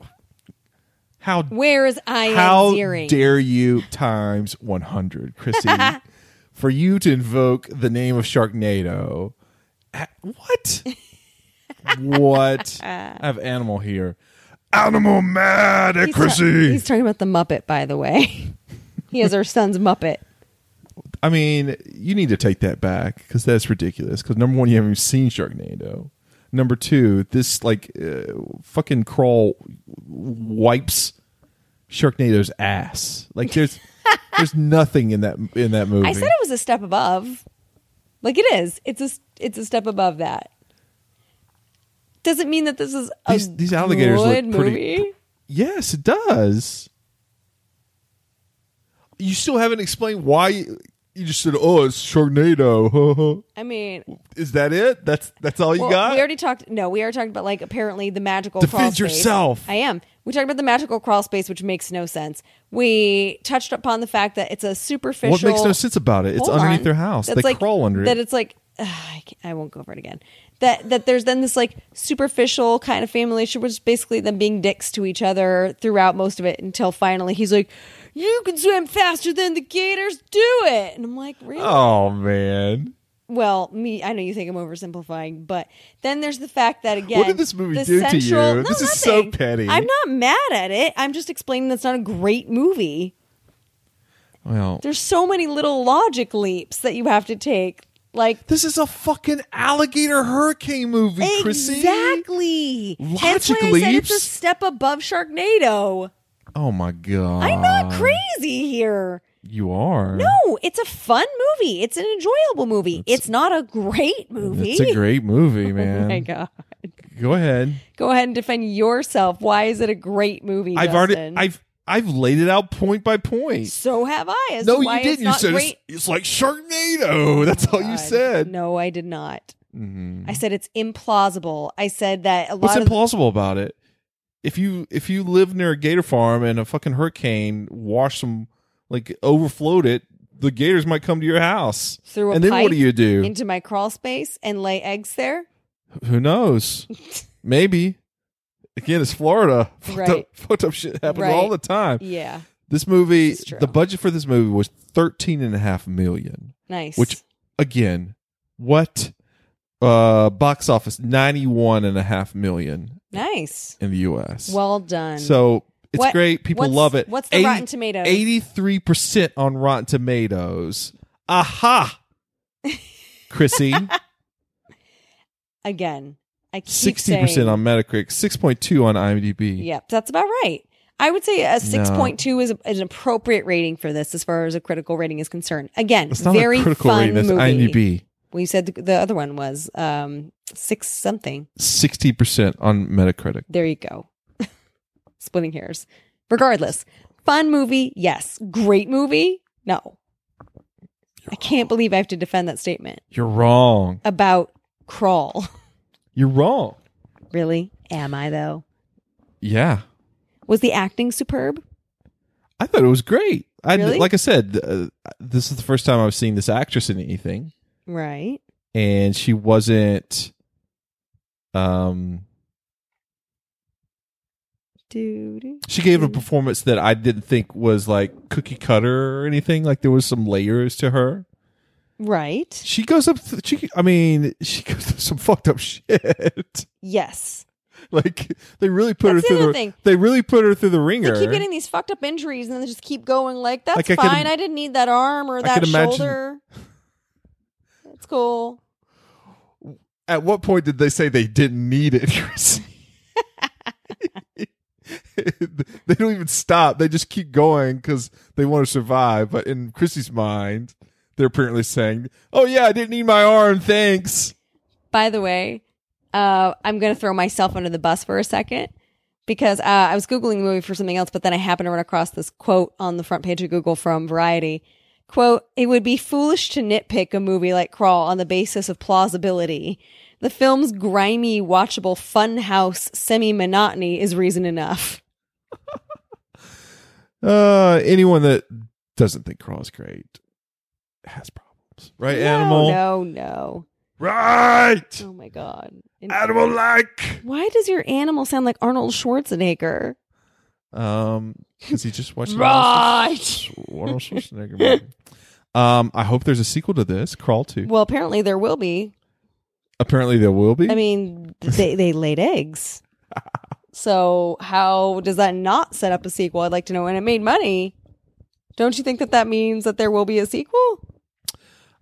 Speaker 2: how
Speaker 1: Where is Ian
Speaker 2: how
Speaker 1: Ziering?
Speaker 2: dare you times one hundred,
Speaker 1: *laughs*
Speaker 2: Chrissy, for you to invoke the name of Sharknado? Ha-
Speaker 1: *laughs*
Speaker 2: What? what? I have animal here. Animal mad at
Speaker 1: He's ta-
Speaker 2: Chrissy.
Speaker 1: he's talking about the Muppet, by the way. *laughs* he has our son's Muppet.
Speaker 2: I mean, you need to take that back because that's ridiculous. Because number one, you haven't even seen Sharknado. Number two, this like uh, fucking crawl wipes Sharknado's ass. Like
Speaker 1: *laughs*
Speaker 2: there's there's nothing in that in that movie.
Speaker 1: I said it was a step above. Like it is. It's a it's a step above that. Doesn't mean that this is a
Speaker 2: These- these alligators look
Speaker 1: good
Speaker 2: pretty-
Speaker 1: movie.
Speaker 2: yes, it does. You still haven't explained why you you just said, "Oh, it's Sharknado." *laughs*
Speaker 1: I mean,
Speaker 2: Is that it? That's that's all you
Speaker 1: well,
Speaker 2: got?
Speaker 1: we already talked. No, we already talked about like apparently the magical
Speaker 2: Defend
Speaker 1: crawl space.
Speaker 2: yourself.
Speaker 1: I am. We talked about the magical crawl space, which makes no sense. We touched upon the fact that it's a superficial.
Speaker 2: What makes no sense about it? It's
Speaker 1: Hold
Speaker 2: underneath
Speaker 1: on.
Speaker 2: their house.
Speaker 1: That's
Speaker 2: they
Speaker 1: like-
Speaker 2: crawl under
Speaker 1: that
Speaker 2: it.
Speaker 1: it's like ugh, I, can't- I won't go over it again. That that there's then this like superficial kind of family relationship, which is basically them being dicks to each other throughout most of it until finally he's like, "You can swim faster than the gators. Do it." And I'm like, "Really?"
Speaker 2: Oh man.
Speaker 1: Well, me, I know you think I'm oversimplifying, but then there's the fact that again,
Speaker 2: did this movie
Speaker 1: the
Speaker 2: do to
Speaker 1: central-
Speaker 2: you?
Speaker 1: No,
Speaker 2: This is so
Speaker 1: nothing.
Speaker 2: petty.
Speaker 1: I'm not mad at it. I'm just explaining that's not a great movie.
Speaker 2: Well,
Speaker 1: There's so many little logic leaps that you have to take, like
Speaker 2: this is a fucking alligator hurricane movie, Chrissy.
Speaker 1: Exactly.
Speaker 2: Logic
Speaker 1: That's why I said it's a
Speaker 2: leaps?
Speaker 1: step above Sharknado.
Speaker 2: Oh my god.
Speaker 1: I'm not crazy here.
Speaker 2: You are.
Speaker 1: No, it's a fun movie. It's an enjoyable movie. It's not a great movie.
Speaker 2: It's a great movie,
Speaker 1: Oh *laughs* my
Speaker 2: man.
Speaker 1: god.
Speaker 2: Go ahead.
Speaker 1: Go ahead and defend yourself. Why is it a great movie?
Speaker 2: I've already
Speaker 1: Justin?
Speaker 2: I've I've laid it out point by point.
Speaker 1: so have I. As
Speaker 2: No,
Speaker 1: to why It's
Speaker 2: you didn't. You
Speaker 1: not
Speaker 2: said it's,
Speaker 1: great. Oh
Speaker 2: it's like Sharknado. *laughs* That's all you
Speaker 1: God.
Speaker 2: said. Mm-hmm.
Speaker 1: No, I did not. I said it's implausible. I said that a lot
Speaker 2: What's
Speaker 1: of
Speaker 2: implausible about it? If you if you live near a gator farm and a fucking hurricane washed some like overflowed it, the gators might come to your house.
Speaker 1: Through a
Speaker 2: and then
Speaker 1: pipe
Speaker 2: what do you do?
Speaker 1: into my crawl space and lay eggs there.
Speaker 2: *laughs* Who knows?
Speaker 1: *laughs*
Speaker 2: Maybe. Again, it's Florida. *laughs* Fucked
Speaker 1: Right.
Speaker 2: up, fucked up shit happens all
Speaker 1: Right.
Speaker 2: the time.
Speaker 1: Yeah,
Speaker 2: This movie,
Speaker 1: It's true.
Speaker 2: the budget for this movie was thirteen and a half million.
Speaker 1: nice.
Speaker 2: Which- Again, what? Uh, box office ninety one and a half million
Speaker 1: nice.
Speaker 2: in the U.S.
Speaker 1: Well done.
Speaker 2: so it's
Speaker 1: What-
Speaker 2: great. People
Speaker 1: what's-
Speaker 2: love it.
Speaker 1: What's the Rotten Tomatoes?
Speaker 2: Eighty-three percent on Rotten Tomatoes.
Speaker 1: *laughs*
Speaker 2: Aha, Chrissy.
Speaker 1: Again, I keep
Speaker 2: Sixty percent
Speaker 1: saying-
Speaker 2: on Metacritic. Six point two on IMDb.
Speaker 1: Yep, that's about right. I would say a six point two is a, an appropriate rating for this, as far as a critical rating is concerned. Again,
Speaker 2: That's not
Speaker 1: very
Speaker 2: a critical
Speaker 1: fun
Speaker 2: rating. That's
Speaker 1: movie.
Speaker 2: IMDb.
Speaker 1: Well, you said the, the other one was um, six something.
Speaker 2: Sixty percent on Metacritic.
Speaker 1: There you go. *laughs* Splitting hairs. Regardless, fun movie, yes. Great movie, no. I can't believe I have to defend that statement
Speaker 2: You're wrong.
Speaker 1: about crawl. *laughs*
Speaker 2: You're wrong.
Speaker 1: really? Am I though?
Speaker 2: Yeah,
Speaker 1: Was the acting superb?
Speaker 2: I thought it was great. I
Speaker 1: Really?
Speaker 2: like I said, uh, this is the first time I've seen this actress in anything,
Speaker 1: Right.
Speaker 2: and she wasn't. Um,
Speaker 1: Dude.
Speaker 2: she gave a performance that I didn't think was like cookie cutter or anything. Like there was some layers to her.
Speaker 1: Right.
Speaker 2: She goes up. Th- she, I mean, she *laughs* goes through some fucked up shit.
Speaker 1: Yes.
Speaker 2: *laughs* like they really put
Speaker 1: That's the
Speaker 2: her through
Speaker 1: other
Speaker 2: the.
Speaker 1: thing.
Speaker 2: They really put her through the
Speaker 1: They
Speaker 2: ringer.
Speaker 1: keep getting these fucked up injuries and then they just keep going like that's
Speaker 2: Like, I could
Speaker 1: fine.
Speaker 2: im-
Speaker 1: I didn't need that arm or that
Speaker 2: could imagine-
Speaker 1: shoulder. That's cool.
Speaker 2: At what point did they say they didn't need it? *laughs* Chrissy? they don't even stop. They just keep going because they want to survive. But in Chrissy's mind, they're apparently saying, "Oh yeah, I didn't need my arm. Thanks."
Speaker 1: By the way, uh, I'm going to throw myself under the bus for a second because uh, I was Googling the movie for something else, but then I happened to run across this quote on the front page of Google from Variety. Quote, it would be foolish to nitpick a movie like Crawl on the basis of plausibility. The film's grimy, watchable funhouse semi monotony is reason enough.
Speaker 2: Uh, anyone that doesn't think Crawl is great has problems, right? animal,
Speaker 1: No, no, no.
Speaker 2: right?
Speaker 1: Oh my God. And
Speaker 2: Animal like.
Speaker 1: Why does your animal sound like Arnold Schwarzenegger?
Speaker 2: Um, because he just watched
Speaker 1: Right.
Speaker 2: Arnold Schwarzenegger movie. Um, I hope there's a sequel to this, Crawl 2.
Speaker 1: Well, apparently there will be.
Speaker 2: Apparently there will *laughs* be.
Speaker 1: I mean, they they laid eggs. So how does that not set up a sequel? I'd like to know. And it made money. Don't you think that that means that there will be a sequel?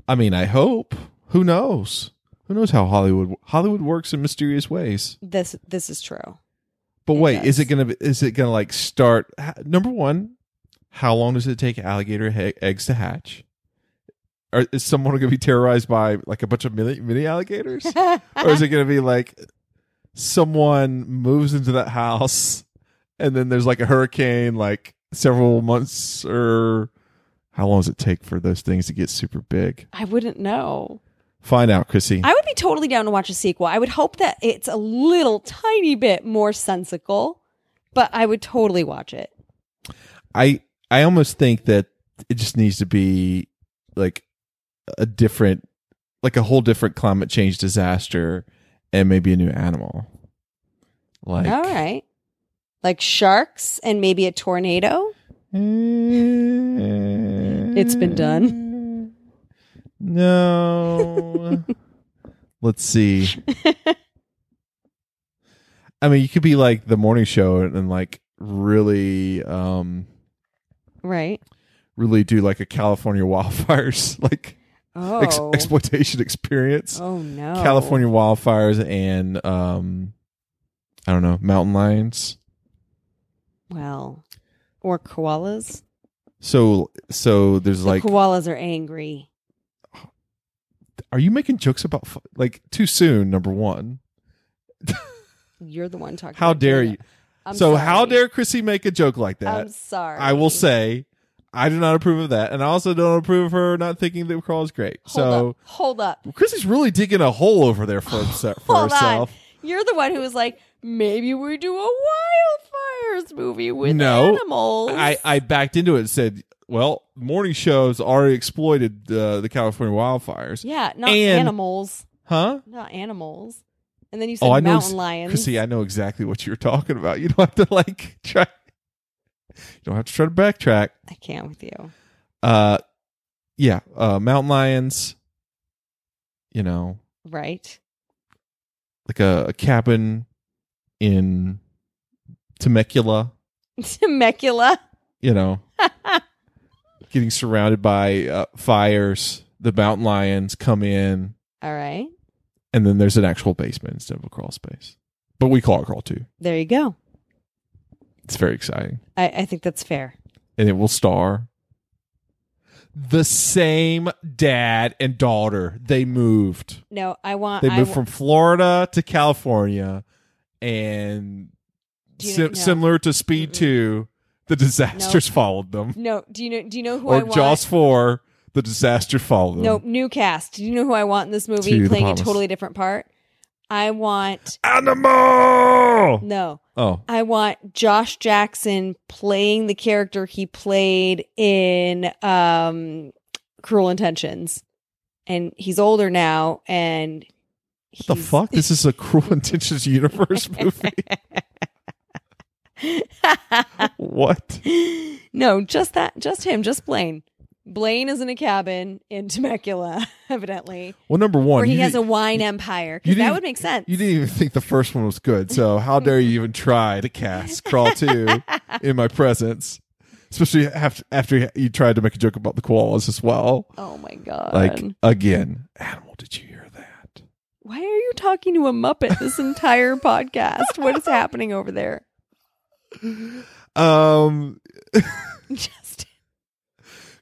Speaker 2: I mean, I hope. Who knows? Who knows how Hollywood Hollywood works in mysterious ways?
Speaker 1: This this is
Speaker 2: *laughs*
Speaker 1: true.
Speaker 2: But
Speaker 1: It
Speaker 2: wait, is
Speaker 1: does.
Speaker 2: it gonna be- is it gonna like start? ha- Number one, how long does it take alligator he- eggs to hatch? Or is someone gonna be terrorized by like a bunch of mini, mini
Speaker 1: *laughs*
Speaker 2: alligators? or is it gonna be like someone moves into that house and then there's like a hurricane, like several months or how long does it take for those things to get super big?
Speaker 1: I wouldn't know.
Speaker 2: Find out, Chrissy.
Speaker 1: I would be totally down to watch a sequel. I would hope that it's a little tiny bit more sensical, but I would totally watch it.
Speaker 2: I I almost think that it just needs to be like a different, like a whole different climate change disaster, and maybe a new animal. Like,
Speaker 1: All right. Like sharks and maybe a tornado.
Speaker 2: it's
Speaker 1: been
Speaker 2: done.
Speaker 1: *laughs*
Speaker 2: No. Let's see. I mean, you could be like the morning show and, and like really um
Speaker 1: Right.
Speaker 2: really do like a California wildfires *laughs* like
Speaker 1: Oh.
Speaker 2: ex- exploitation experience.
Speaker 1: oh no.
Speaker 2: California wildfires and um I don't know, mountain lions.
Speaker 1: Well, or koalas.
Speaker 2: So so there's
Speaker 1: The
Speaker 2: like
Speaker 1: koalas are angry.
Speaker 2: are you making jokes about fu- like too soon number 1?
Speaker 1: You're the one talking.
Speaker 2: How
Speaker 1: about
Speaker 2: dare
Speaker 1: Canada.
Speaker 2: you?
Speaker 1: I'm
Speaker 2: so how
Speaker 1: sorry.
Speaker 2: dare Chrissy make a joke like
Speaker 1: I'm
Speaker 2: that?
Speaker 1: sorry.
Speaker 2: I will say I do not approve of that and I also don't approve of her not thinking that crawl is great.
Speaker 1: Hold
Speaker 2: so
Speaker 1: up. hold up.
Speaker 2: Chrissy's really digging a hole over
Speaker 1: *sighs*
Speaker 2: there for, herse- for
Speaker 1: Hold
Speaker 2: herself.
Speaker 1: on. You're the one who was like, maybe we do a wildfires movie with
Speaker 2: No,
Speaker 1: animals.
Speaker 2: I, I backed into it and said, Well, morning shows already exploited uh, the California wildfires.
Speaker 1: Yeah, not
Speaker 2: And-
Speaker 1: animals.
Speaker 2: Huh?
Speaker 1: Not animals. And then you said
Speaker 2: Oh, I know,
Speaker 1: mountain lions.
Speaker 2: Chrissy, I know exactly what you're talking about. You don't have to like *laughs* try. You don't have to try to backtrack.
Speaker 1: I can't with you.
Speaker 2: Uh, yeah, uh, mountain lions. You know,
Speaker 1: Right. *laughs*
Speaker 2: like a, a cabin in Temecula.
Speaker 1: Temecula.
Speaker 2: You
Speaker 1: *laughs*
Speaker 2: know, getting surrounded by uh, fires. The mountain lions come in,
Speaker 1: All right.
Speaker 2: and then there's an actual basement instead of a crawl space. But we call it crawl too.
Speaker 1: There you go.
Speaker 2: It's very exciting.
Speaker 1: I, I think that's fair.
Speaker 2: and it will star the same dad and daughter. They moved.
Speaker 1: No, I want.
Speaker 2: They
Speaker 1: I
Speaker 2: moved
Speaker 1: wa-
Speaker 2: from Florida to California, and
Speaker 1: Do you
Speaker 2: sim-
Speaker 1: know- no.
Speaker 2: similar to Speed Two, the disasters followed them,
Speaker 1: No, do you know? Do you know who I
Speaker 2: or
Speaker 1: want?
Speaker 2: Jaws Four, the disaster followed them.
Speaker 1: No, new cast. Do you know who I want in this
Speaker 2: To
Speaker 1: movie
Speaker 2: the
Speaker 1: playing a
Speaker 2: promise.
Speaker 1: totally different part? I want
Speaker 2: Animal.
Speaker 1: no.
Speaker 2: Oh,
Speaker 1: I want Josh Jackson playing the character he played in um Cruel Intentions. And he's older now and
Speaker 2: what the
Speaker 1: he's-
Speaker 2: fuck! This is a cruel intentions
Speaker 1: *laughs*
Speaker 2: universe movie. what?
Speaker 1: *laughs* no, just that just him, just Blaine. Blaine is in a cabin in Temecula, *laughs* evidently.
Speaker 2: Well, number one,
Speaker 1: Where he
Speaker 2: you
Speaker 1: has
Speaker 2: didn't-
Speaker 1: a wine empire.
Speaker 2: you
Speaker 1: 'cause that
Speaker 2: didn't-
Speaker 1: would make sense.
Speaker 2: You didn't even think the first one was
Speaker 1: *laughs*
Speaker 2: good, so how dare you even try to cast Crawl 2 in my presence? Especially after, after you tried to make a joke about the koalas as well.
Speaker 1: Oh my god.
Speaker 2: Like, again, Animal, did you hear that?
Speaker 1: Why are you talking to a Muppet this *laughs* entire podcast? What is happening over there? *laughs*
Speaker 2: Um,
Speaker 1: Just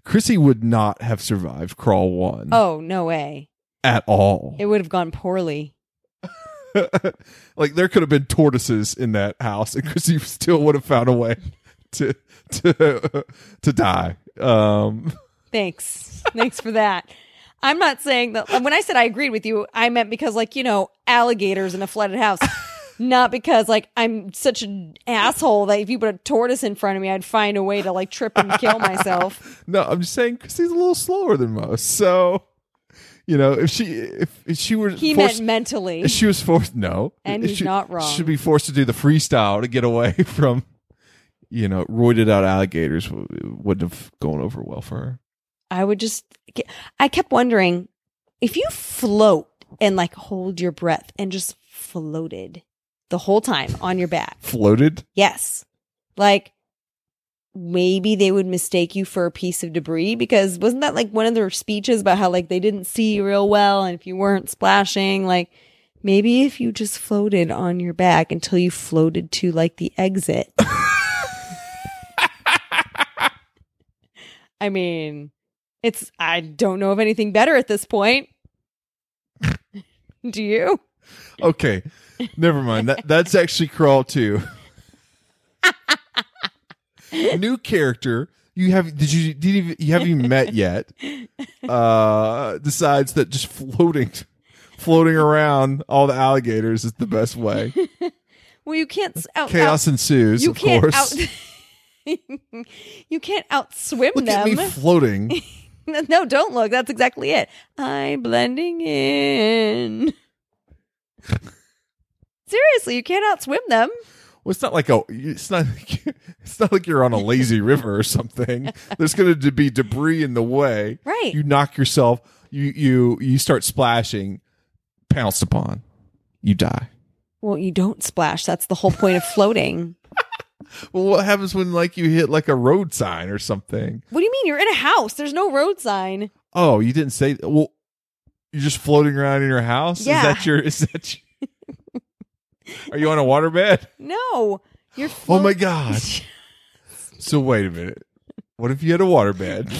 Speaker 2: Chrissy would not have survived Crawl 1
Speaker 1: Oh, no way.
Speaker 2: at all.
Speaker 1: It would have gone poorly.
Speaker 2: *laughs* like, there could have been tortoises in that house, and Chrissy *laughs* still would have found a way to, to, *laughs* to die. Um, *laughs*
Speaker 1: Thanks. Thanks for that. I'm not saying that when I said I agreed with you, I meant because like, you know, alligators in a flooded *laughs* house. Not because like I'm such an asshole that if you put a tortoise in front of me, I'd find a way to like trip and kill myself.
Speaker 2: No, I'm just saying Christy's a little slower than most. So, you know, if she if, if she were
Speaker 1: He
Speaker 2: forced,
Speaker 1: meant mentally. *laughs*
Speaker 2: if she was forced, no,
Speaker 1: And
Speaker 2: If
Speaker 1: he's
Speaker 2: she-
Speaker 1: not wrong.
Speaker 2: Should be forced to do the freestyle to get away *laughs* from, you know, roided out alligators w- wouldn't have gone over well for her.
Speaker 1: I would just, I kept wondering if you float and like hold your breath and just floated the whole time on your back.
Speaker 2: Floated.
Speaker 1: Yes. Like maybe they would mistake you for a piece of debris because wasn't that like one of their speeches about how like they didn't see you real well and if you weren't splashing, like maybe if you just floated on your back until you floated to like the exit. I mean, it's I don't know of anything better at this point. Do you?
Speaker 2: Okay, never mind. That that's actually
Speaker 1: *laughs*
Speaker 2: crawl too. New character. You have did you did you, you haven't even met yet? Uh, decides that just floating, floating around all the alligators is the best way.
Speaker 1: Well, you can't s- out, out-
Speaker 2: Chaos ensues.
Speaker 1: you
Speaker 2: of
Speaker 1: can't
Speaker 2: course.
Speaker 1: out *laughs* you can't outswim
Speaker 2: Look at
Speaker 1: them *laughs*
Speaker 2: me floating.
Speaker 1: no don't look that's exactly it i'm blending in *laughs* seriously you can't outswim them
Speaker 2: Well, it's not like a. It's not. It's not like you're on a lazy river
Speaker 1: *laughs*
Speaker 2: or something. There's going to be debris in the way.
Speaker 1: Right.
Speaker 2: You knock yourself. You you you start splashing. Pounced upon. You die.
Speaker 1: well you don't splash that's the whole point of
Speaker 2: *laughs*
Speaker 1: floating
Speaker 2: Well, what happens when like you hit like a road sign or something?
Speaker 1: what do you mean you're in a house there's no road sign
Speaker 2: Oh, you didn't say. Well, you're just floating around in your house.
Speaker 1: Yeah.
Speaker 2: Is that your? Is that? Your, *laughs* are you on a waterbed?
Speaker 1: no you're
Speaker 2: Oh my
Speaker 1: float-
Speaker 2: god. So wait a minute. What if you had
Speaker 1: *laughs*
Speaker 2: a waterbed?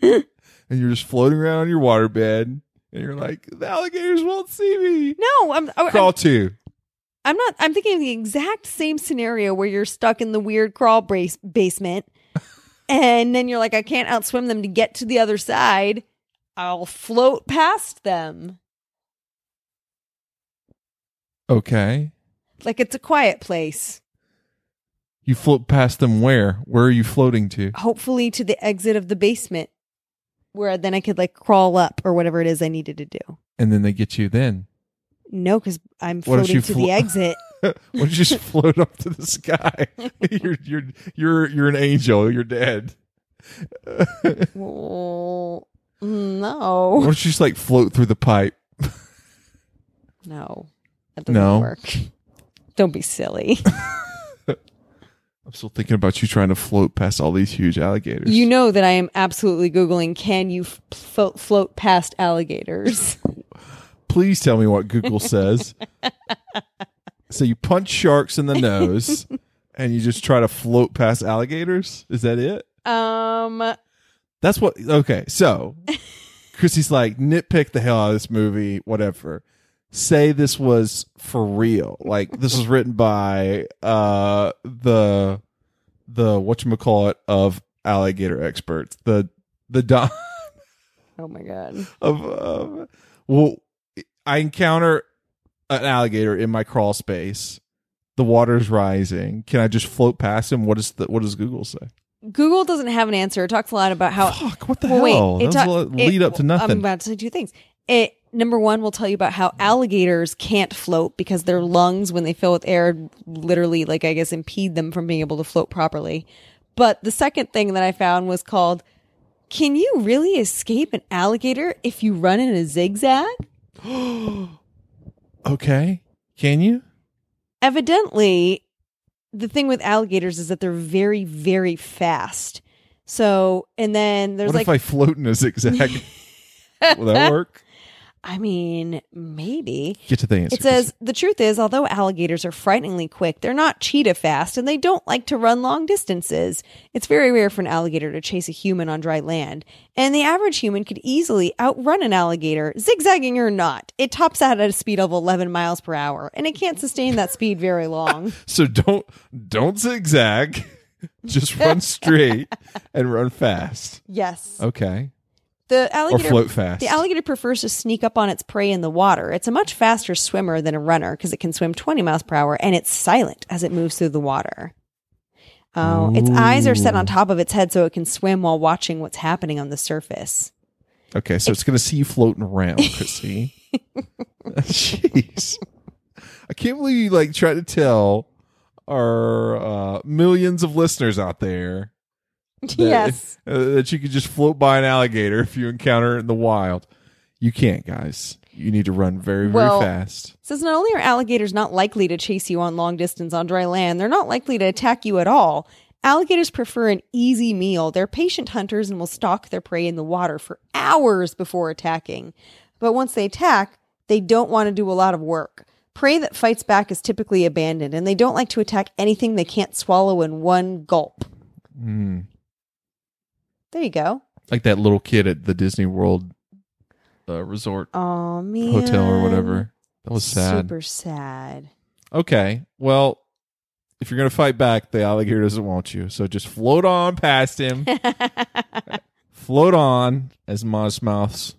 Speaker 2: and you're just floating around on your waterbed and you're like, the alligators won't see me.
Speaker 1: *laughs* no I'm, I'm
Speaker 2: Crawl two.
Speaker 1: I'm not. I'm thinking of the exact same scenario where you're stuck in the weird crawl brace basement, and then you're like, I can't outswim them to get to the other side. I'll float past them.
Speaker 2: Okay.
Speaker 1: Like it's a quiet place.
Speaker 2: You float past them where? Where are you floating to?
Speaker 1: hopefully to the exit of the basement where then I could like crawl up or whatever it is I needed to do.
Speaker 2: And then they get you then. *laughs*
Speaker 1: No, because I'm
Speaker 2: What if
Speaker 1: floating
Speaker 2: you
Speaker 1: to
Speaker 2: flo-
Speaker 1: the
Speaker 2: *laughs*
Speaker 1: exit.
Speaker 2: Why don't you just *laughs* float up to the sky? *laughs* you're you're you're you're an angel. You're dead.
Speaker 1: Oh,
Speaker 2: Why
Speaker 1: no.
Speaker 2: don't you just like float through the pipe?
Speaker 1: No. That doesn't
Speaker 2: No.
Speaker 1: work. Don't be silly.
Speaker 2: I'm still thinking about you trying to float past all these huge alligators.
Speaker 1: you know that I am absolutely Googling can you f- flo- float past alligators? *laughs*
Speaker 2: Please tell me what Google says. so you punch sharks in the nose and you just try to float past alligators? Is that it?
Speaker 1: um,
Speaker 2: That's what okay, so Chrissy's like, nitpick the hell out of this movie, whatever. Say this was for real. Like this was written by uh the the whatchamacallit of alligator experts. The the Don *laughs*
Speaker 1: oh my God.
Speaker 2: of, of well i encounter an alligator in my crawl space the water's rising can i just float past him what is the what does google say
Speaker 1: Google doesn't have an answer. It talks a lot about how
Speaker 2: fuck what the
Speaker 1: Well,
Speaker 2: hell
Speaker 1: Oh, wait, it
Speaker 2: that
Speaker 1: ta-
Speaker 2: was a lead
Speaker 1: it-
Speaker 2: up to nothing
Speaker 1: I'm about to say two things. It number one will tell you about how alligators can't float because their lungs, when they fill with air, literally like I guess impede them from being able to float properly. But the second thing that I found was called "Can you really escape an alligator if you run in a zigzag?"
Speaker 2: *gasps* okay can you
Speaker 1: evidently the thing with alligators is that they're very very fast so and then there's
Speaker 2: what
Speaker 1: like
Speaker 2: if i float in
Speaker 1: *laughs*
Speaker 2: a zigzag will that work
Speaker 1: I mean maybe
Speaker 2: get to the answer
Speaker 1: It says the truth is, although alligators are frighteningly quick, they're not cheetah fast and they don't like to run long distances. It's very rare for an alligator to chase a human on dry land, and the average human could easily outrun an alligator, zigzagging or not. It tops out at a speed of 11 miles per hour, and it can't sustain that speed very
Speaker 2: *laughs*
Speaker 1: long.
Speaker 2: so don't don't zigzag *laughs* just run straight and run fast
Speaker 1: Yes.
Speaker 2: okay
Speaker 1: The alligator
Speaker 2: float fast.
Speaker 1: The alligator prefers to sneak up on its prey in the water. It's a much faster swimmer than a runner because it can swim 20 miles per hour and it's silent as it moves through the water. Oh, its eyes are set on top of its head so it can swim while watching what's happening on the surface. *laughs*
Speaker 2: Okay, so it's gonna see you floating around, Chrissy. *laughs* Jeez, I can't believe you like try to tell our uh, millions of listeners out there that,
Speaker 1: yes.
Speaker 2: *laughs* uh, that you could just float by an alligator if you encounter it in the wild. You can't, guys. You need to run very, very
Speaker 1: Well-
Speaker 2: fast.
Speaker 1: It says not only are alligators not likely to chase you on long distance on dry land, they're not likely to attack you at all. Alligators prefer an easy meal. They're patient hunters and will stalk their prey in the water for hours before attacking. But once they attack, they don't want to do a lot of work. Prey that fights back is typically abandoned, and they don't like to attack anything they can't swallow in one gulp.
Speaker 2: Mm.
Speaker 1: There you go.
Speaker 2: Like that little kid at the Disney World uh, resort
Speaker 1: Oh man.
Speaker 2: hotel or whatever. That was sad.
Speaker 1: Super sad. *laughs*
Speaker 2: Okay. Well, if you're going to fight back, the alligator doesn't want you. So just float on
Speaker 1: *laughs*
Speaker 2: past him. float on, as Moz Mouths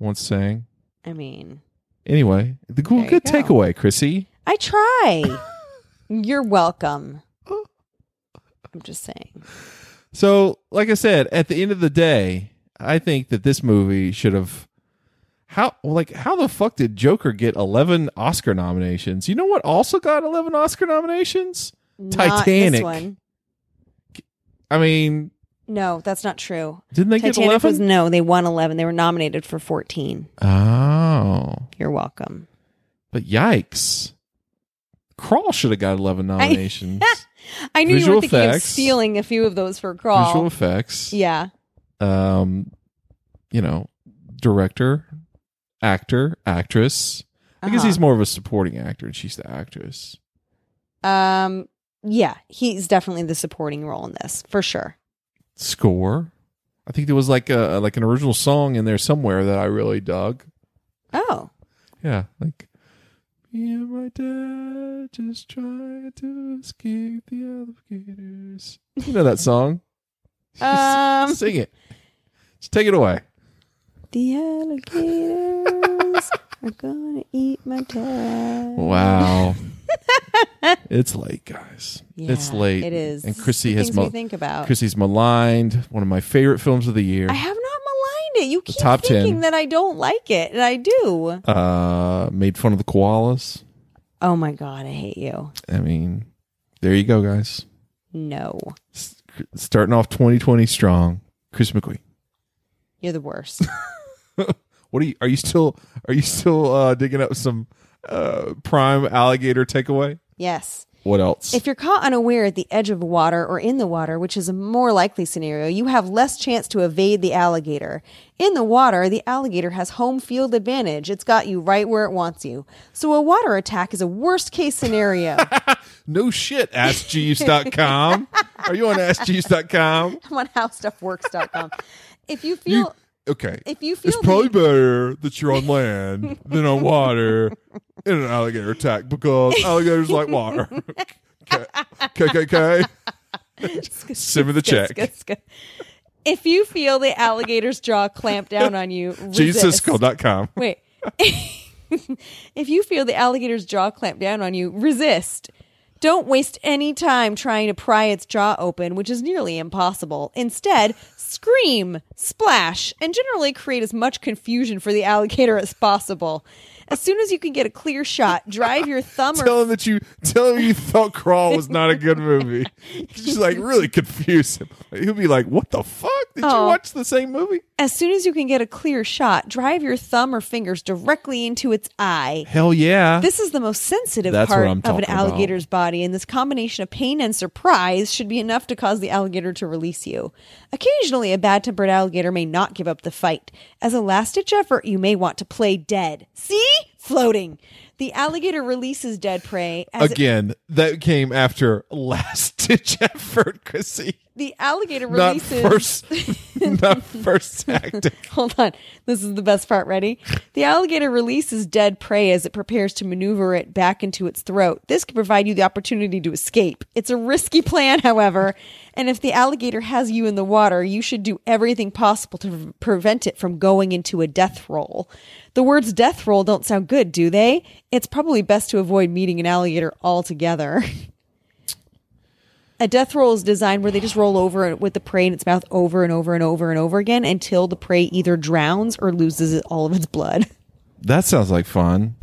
Speaker 2: once sang.
Speaker 1: I mean,
Speaker 2: Anyway, the cool,
Speaker 1: There you
Speaker 2: good
Speaker 1: go.
Speaker 2: takeaway, Chrissy.
Speaker 1: I try. You're welcome. I'm just saying.
Speaker 2: So, like I said, at the end of the day, I think that this movie should have. How like how the fuck did Joker get eleven Oscar nominations? You know what also got eleven Oscar nominations?
Speaker 1: Not
Speaker 2: Titanic.
Speaker 1: this one.
Speaker 2: I mean,
Speaker 1: No, that's not true.
Speaker 2: didn't they get
Speaker 1: Titanic
Speaker 2: eleven?
Speaker 1: was no, they won 11. They were nominated for 14.
Speaker 2: oh,
Speaker 1: You're welcome.
Speaker 2: But yikes. Crawl should have got
Speaker 1: *laughs*
Speaker 2: 11 nominations.
Speaker 1: I knew you
Speaker 2: Visual
Speaker 1: were thinking
Speaker 2: effects.
Speaker 1: of stealing a few of those for Crawl.
Speaker 2: Visual effects.
Speaker 1: Yeah.
Speaker 2: Um, you know, director, actor, actress. I guess
Speaker 1: Uh-huh.
Speaker 2: he's more of a supporting actor and she's the actress.
Speaker 1: Um yeah, he's definitely the supporting role in this, for sure.
Speaker 2: Score. I think there was like a like an original song in there somewhere that I really dug.
Speaker 1: Oh.
Speaker 2: Yeah, like me and my dad just trying to escape the alligators. You know that song?
Speaker 1: *laughs* Um
Speaker 2: Sing it. Just take it away. *laughs*
Speaker 1: the alligators I'm gonna eat my dog. *laughs*
Speaker 2: Wow. it's late, guys. it's
Speaker 1: Yeah,
Speaker 2: late.
Speaker 1: It is.
Speaker 2: And Chrissy
Speaker 1: The
Speaker 2: has
Speaker 1: things
Speaker 2: mul-
Speaker 1: we think about.
Speaker 2: Chrissy's maligned. One of my favorite films of the year.
Speaker 1: I have not maligned it. You keep
Speaker 2: top 10.
Speaker 1: thinking that I don't like it, and I do.
Speaker 2: uh, made fun of the koalas.
Speaker 1: Oh my god, I hate you.
Speaker 2: I mean, there you go, guys.
Speaker 1: No,
Speaker 2: S- starting off 2020 strong. Chris McQueen.
Speaker 1: you're the
Speaker 2: *laughs*
Speaker 1: worst.
Speaker 2: What are you? Are you still? Are you still uh, digging up some uh, prime alligator takeaway?
Speaker 1: yes.
Speaker 2: What else?
Speaker 1: If you're caught unaware at the edge of water or in the water, which is a more likely scenario, you have less chance to evade the alligator. In the water, the alligator has home field advantage. It's got you right where it wants you. So a water attack is a worst case
Speaker 2: *laughs*
Speaker 1: scenario.
Speaker 2: no shit.
Speaker 1: *laughs*
Speaker 2: AskJeeves.com. are you on AskJeeves.com?
Speaker 1: I'm on howstuffworks.com. If you feel
Speaker 2: You okay?
Speaker 1: if you feel
Speaker 2: it's probably better that you're
Speaker 1: *laughs*
Speaker 2: on land than on water in an alligator attack because alligators like
Speaker 1: *laughs*
Speaker 2: water. KKK. Send me the check.
Speaker 1: Sk- sk- If you feel the alligator's jaw clamp down on
Speaker 2: *laughs*
Speaker 1: you, resist.
Speaker 2: JesusCall.com.
Speaker 1: Wait. *laughs* if you feel the alligator's jaw clamp down on you, resist. Don't waste any time trying to pry its jaw open, which is nearly impossible. Instead, scream, splash, and generally create as much confusion for the alligator as possible. As soon as you can get a clear shot, drive
Speaker 2: *laughs*
Speaker 1: your thumb or
Speaker 2: Tell him that you tell him you thought Crawl was not a
Speaker 1: *laughs*
Speaker 2: good movie. She's like really confused him. He'll be like, "What the fuck? Did you
Speaker 1: Oh.
Speaker 2: watch the same movie?"
Speaker 1: As soon as you can get a clear shot, drive your thumb or fingers directly into its eye.
Speaker 2: Hell yeah!
Speaker 1: This is the most sensitive
Speaker 2: That's what
Speaker 1: part
Speaker 2: I'm
Speaker 1: of an
Speaker 2: talking about.
Speaker 1: alligator's body, and this combination of pain and surprise should be enough to cause the alligator to release you. Occasionally, a bad tempered alligator may not give up the fight. As a last ditch effort, you may want to play dead. See? Floating. The alligator releases dead prey. As it-
Speaker 2: Again, that came after last ditch effort, Chrissy.
Speaker 1: the alligator
Speaker 2: Not
Speaker 1: releases.
Speaker 2: first,
Speaker 1: *laughs*
Speaker 2: not first tactic.
Speaker 1: Hold on. This is the best part. Ready? The alligator releases dead prey as it prepares to maneuver it back into its throat. This could provide you the opportunity to escape. It's a risky *laughs* plan, however, and if the alligator has you in the water, you should do everything possible to pre- prevent it from going into a death roll. The words death roll don't sound good, do they? It's probably best to avoid meeting an alligator altogether. *laughs* A death roll is designed where they just roll over with the prey in its mouth over and over and over and over again until the prey either drowns or loses it- all of its blood. *laughs*
Speaker 2: That sounds like fun.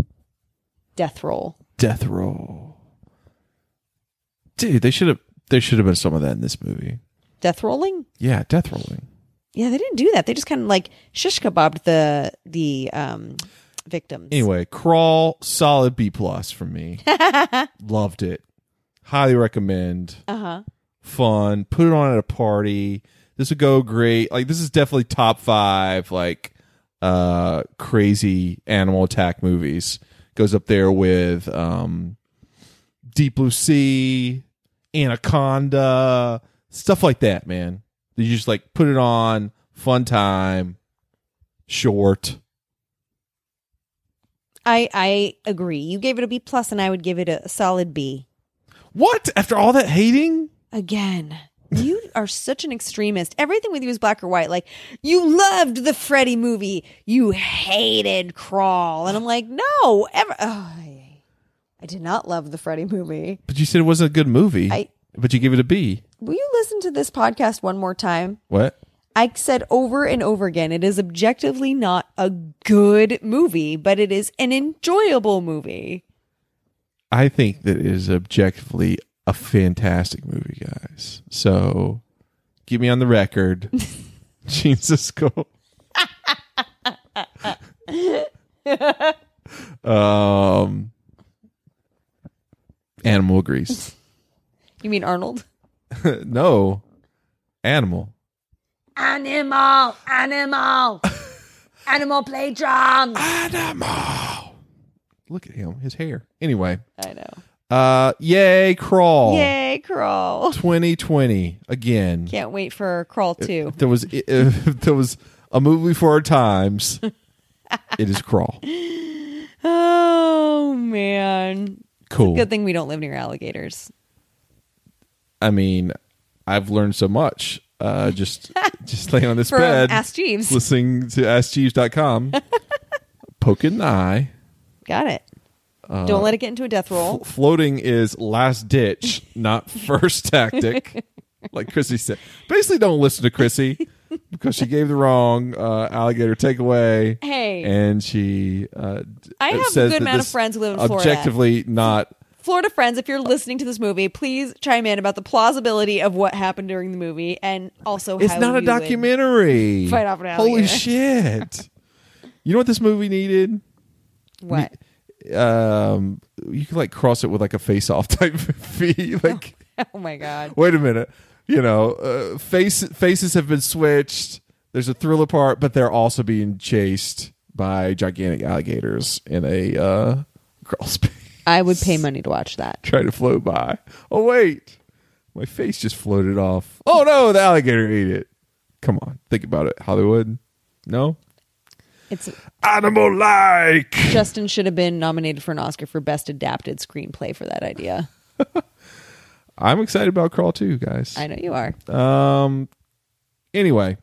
Speaker 1: Death roll.
Speaker 2: Death roll, dude. They should have. There should have been some of that in this movie.
Speaker 1: Death rolling?
Speaker 2: Yeah, death rolling.
Speaker 1: Yeah, they didn't do that. They just kind of like shish kebabbed the the um, victims.
Speaker 2: Anyway, crawl solid B plus from me. Loved it. Highly recommend.
Speaker 1: Uh huh.
Speaker 2: Fun. Put it on at a party. This would go great. Like this is definitely top five. Like uh crazy animal attack movies goes up there with um Deep Blue Sea, Anaconda, stuff like that. Man, you just like put it on. Fun time. Short.
Speaker 1: I I agree. You gave it a B plus, and I would give it a solid B.
Speaker 2: What? After all that hating?
Speaker 1: Again, you are such an extremist. Everything with you is black or white. Like, you loved the Freddy movie, you hated Crawl. And I'm like, no, ever. Oh, I, I did not love the Freddy movie.
Speaker 2: But you said it wasn't a good movie.
Speaker 1: I-
Speaker 2: but you give it a B.
Speaker 1: Will you listen to this podcast one more time?
Speaker 2: What?
Speaker 1: I said over and over again, it is objectively not a good movie, but it is an enjoyable movie.
Speaker 2: I think that it is objectively a fantastic movie, guys. So get me on the
Speaker 1: *laughs*
Speaker 2: record. Jesus go. um
Speaker 1: *laughs*
Speaker 2: Animal grease.
Speaker 1: You mean Arnold?
Speaker 2: no. Animal.
Speaker 3: Animal, animal, animal play drums.
Speaker 2: Animal. Look at him, his hair. Anyway.
Speaker 1: I know.
Speaker 2: Uh yay, crawl.
Speaker 1: Yay, Crawl.
Speaker 2: 2020 again.
Speaker 1: Can't wait for Crawl 2.
Speaker 2: If there was if there was a movie for
Speaker 1: *laughs*
Speaker 2: our times. it is crawl.
Speaker 1: Oh, man.
Speaker 2: Cool.
Speaker 1: Good thing we don't live near alligators.
Speaker 2: I mean, I've learned so much. Uh,
Speaker 1: *laughs*
Speaker 2: just just laying on this
Speaker 1: From
Speaker 2: bed,
Speaker 1: Ask Jeeves. *laughs*
Speaker 2: listening to AskJeeves.com, poke it in the eye.
Speaker 1: Got it.
Speaker 2: Uh,
Speaker 1: Don't let it get into a death roll.
Speaker 2: F- floating is last ditch,
Speaker 1: *laughs*
Speaker 2: not first tactic. like Chrissy said, basically don't listen to Chrissy because she gave the wrong uh, alligator takeaway.
Speaker 1: Hey.
Speaker 2: and she uh, d-
Speaker 1: I have a
Speaker 2: says
Speaker 1: good
Speaker 2: that
Speaker 1: amount of
Speaker 2: this
Speaker 1: friends who live in Florida.
Speaker 2: objectively not.
Speaker 1: Florida friends, if you're listening to this movie, please chime in about the plausibility of what happened during the movie and also
Speaker 2: It's
Speaker 1: how
Speaker 2: not a
Speaker 1: you would-
Speaker 2: documentary.
Speaker 1: *laughs* fight off an
Speaker 2: Holy
Speaker 1: alligator.
Speaker 2: shit! you know what this movie needed?
Speaker 1: What? *laughs*
Speaker 2: Um, you could like cross it with like a face-off type *laughs* fee, like.
Speaker 1: Oh my god.
Speaker 2: wait a minute you know uh, face, faces have been switched there's a thriller part but they're also being chased by gigantic alligators in a uh, crawl space *laughs*
Speaker 1: I would pay money to watch that.
Speaker 2: trying to float by oh wait my face just floated off oh no the alligator ate it come on think about it hollywood no
Speaker 1: It's
Speaker 2: animal like
Speaker 1: Justin should have been nominated for an Oscar for best adapted screenplay for that idea.
Speaker 2: i'm excited about crawl 2 guys
Speaker 1: I know you are.
Speaker 2: anyway,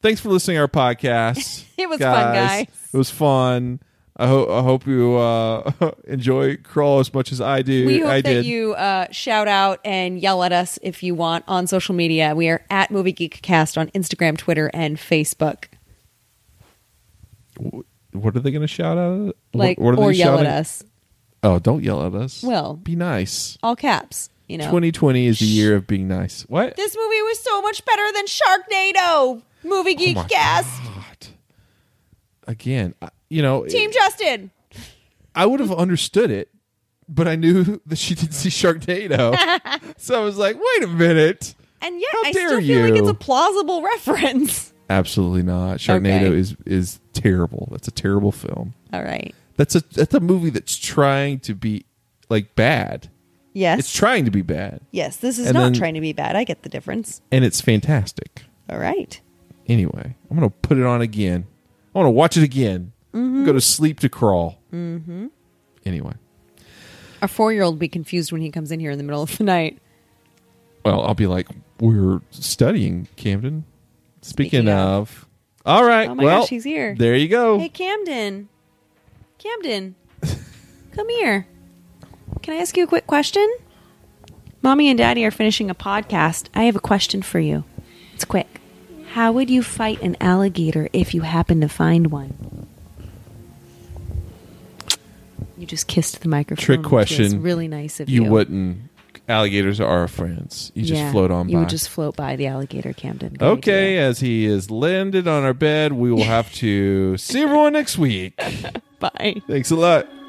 Speaker 2: thanks for listening to
Speaker 1: *laughs*
Speaker 2: our podcast.
Speaker 1: It was fun, guys.
Speaker 2: It was fun. I hope I hope you uh, *laughs* enjoy crawl as much as I do.
Speaker 1: We hope
Speaker 2: I
Speaker 1: that
Speaker 2: did.
Speaker 1: you uh, shout out and yell at us if you want on social media. We are at Movie Geek Cast on Instagram, Twitter, and Facebook.
Speaker 2: what are they going to shout out? at?
Speaker 1: Like
Speaker 2: what, what are
Speaker 1: or
Speaker 2: they
Speaker 1: yell
Speaker 2: shouting?
Speaker 1: at us.
Speaker 2: Oh, don't yell at us.
Speaker 1: Well.
Speaker 2: be nice.
Speaker 1: All caps. You know.
Speaker 2: 2020 is the year of being nice. What?
Speaker 1: This movie was so much better than Sharknado. Movie Geek
Speaker 2: my
Speaker 1: Cast.
Speaker 2: God. Again, I- you know,
Speaker 1: Team Justin.
Speaker 2: I would have understood it, but I knew *laughs* that she didn't
Speaker 1: *laughs*
Speaker 2: see Sharknado, so I was like, wait a minute.
Speaker 1: And yet,
Speaker 2: How
Speaker 1: I
Speaker 2: dare
Speaker 1: still feel like
Speaker 2: you.
Speaker 1: it's a plausible reference. *laughs*
Speaker 2: Absolutely not. Sharknado
Speaker 1: Okay.
Speaker 2: is is terrible. That's a terrible film.
Speaker 1: All right.
Speaker 2: That's a that's a movie that's trying to be like bad.
Speaker 1: Yes.
Speaker 2: It's trying to be bad,
Speaker 1: yes, this is
Speaker 2: and
Speaker 1: not
Speaker 2: then-
Speaker 1: trying to be bad. I get the difference.
Speaker 2: and it's fantastic.
Speaker 1: All right.
Speaker 2: Anyway, I'm gonna put it on again. I want to watch it again. Go to sleep to crawl. Mm-hmm. Anyway,
Speaker 1: Our four year old will be confused when he comes in here in the middle of the *laughs* night.
Speaker 2: well, I'll be like, we're studying Camden. Speaking,
Speaker 1: Speaking
Speaker 2: of. all right.
Speaker 1: Oh my
Speaker 2: well,
Speaker 1: gosh, he's here.
Speaker 2: There you go.
Speaker 1: Hey, Camden. Camden. come here. Can I ask you a quick question? Mommy and Daddy are finishing a podcast. I have a question for you. It's quick.
Speaker 4: How would you fight an alligator if you happen to find one? You just kissed the microphone.
Speaker 2: Trick
Speaker 4: which
Speaker 2: question.
Speaker 4: was really nice of
Speaker 2: you,
Speaker 4: you.
Speaker 2: wouldn't. Alligators are our friends. You just float on.
Speaker 4: You
Speaker 2: by.
Speaker 4: would just float by the alligator, Camden. Good
Speaker 2: Okay,
Speaker 4: idea.
Speaker 2: as he is landed on our bed, we will have to see everyone next week.
Speaker 1: Bye.
Speaker 2: Thanks a lot.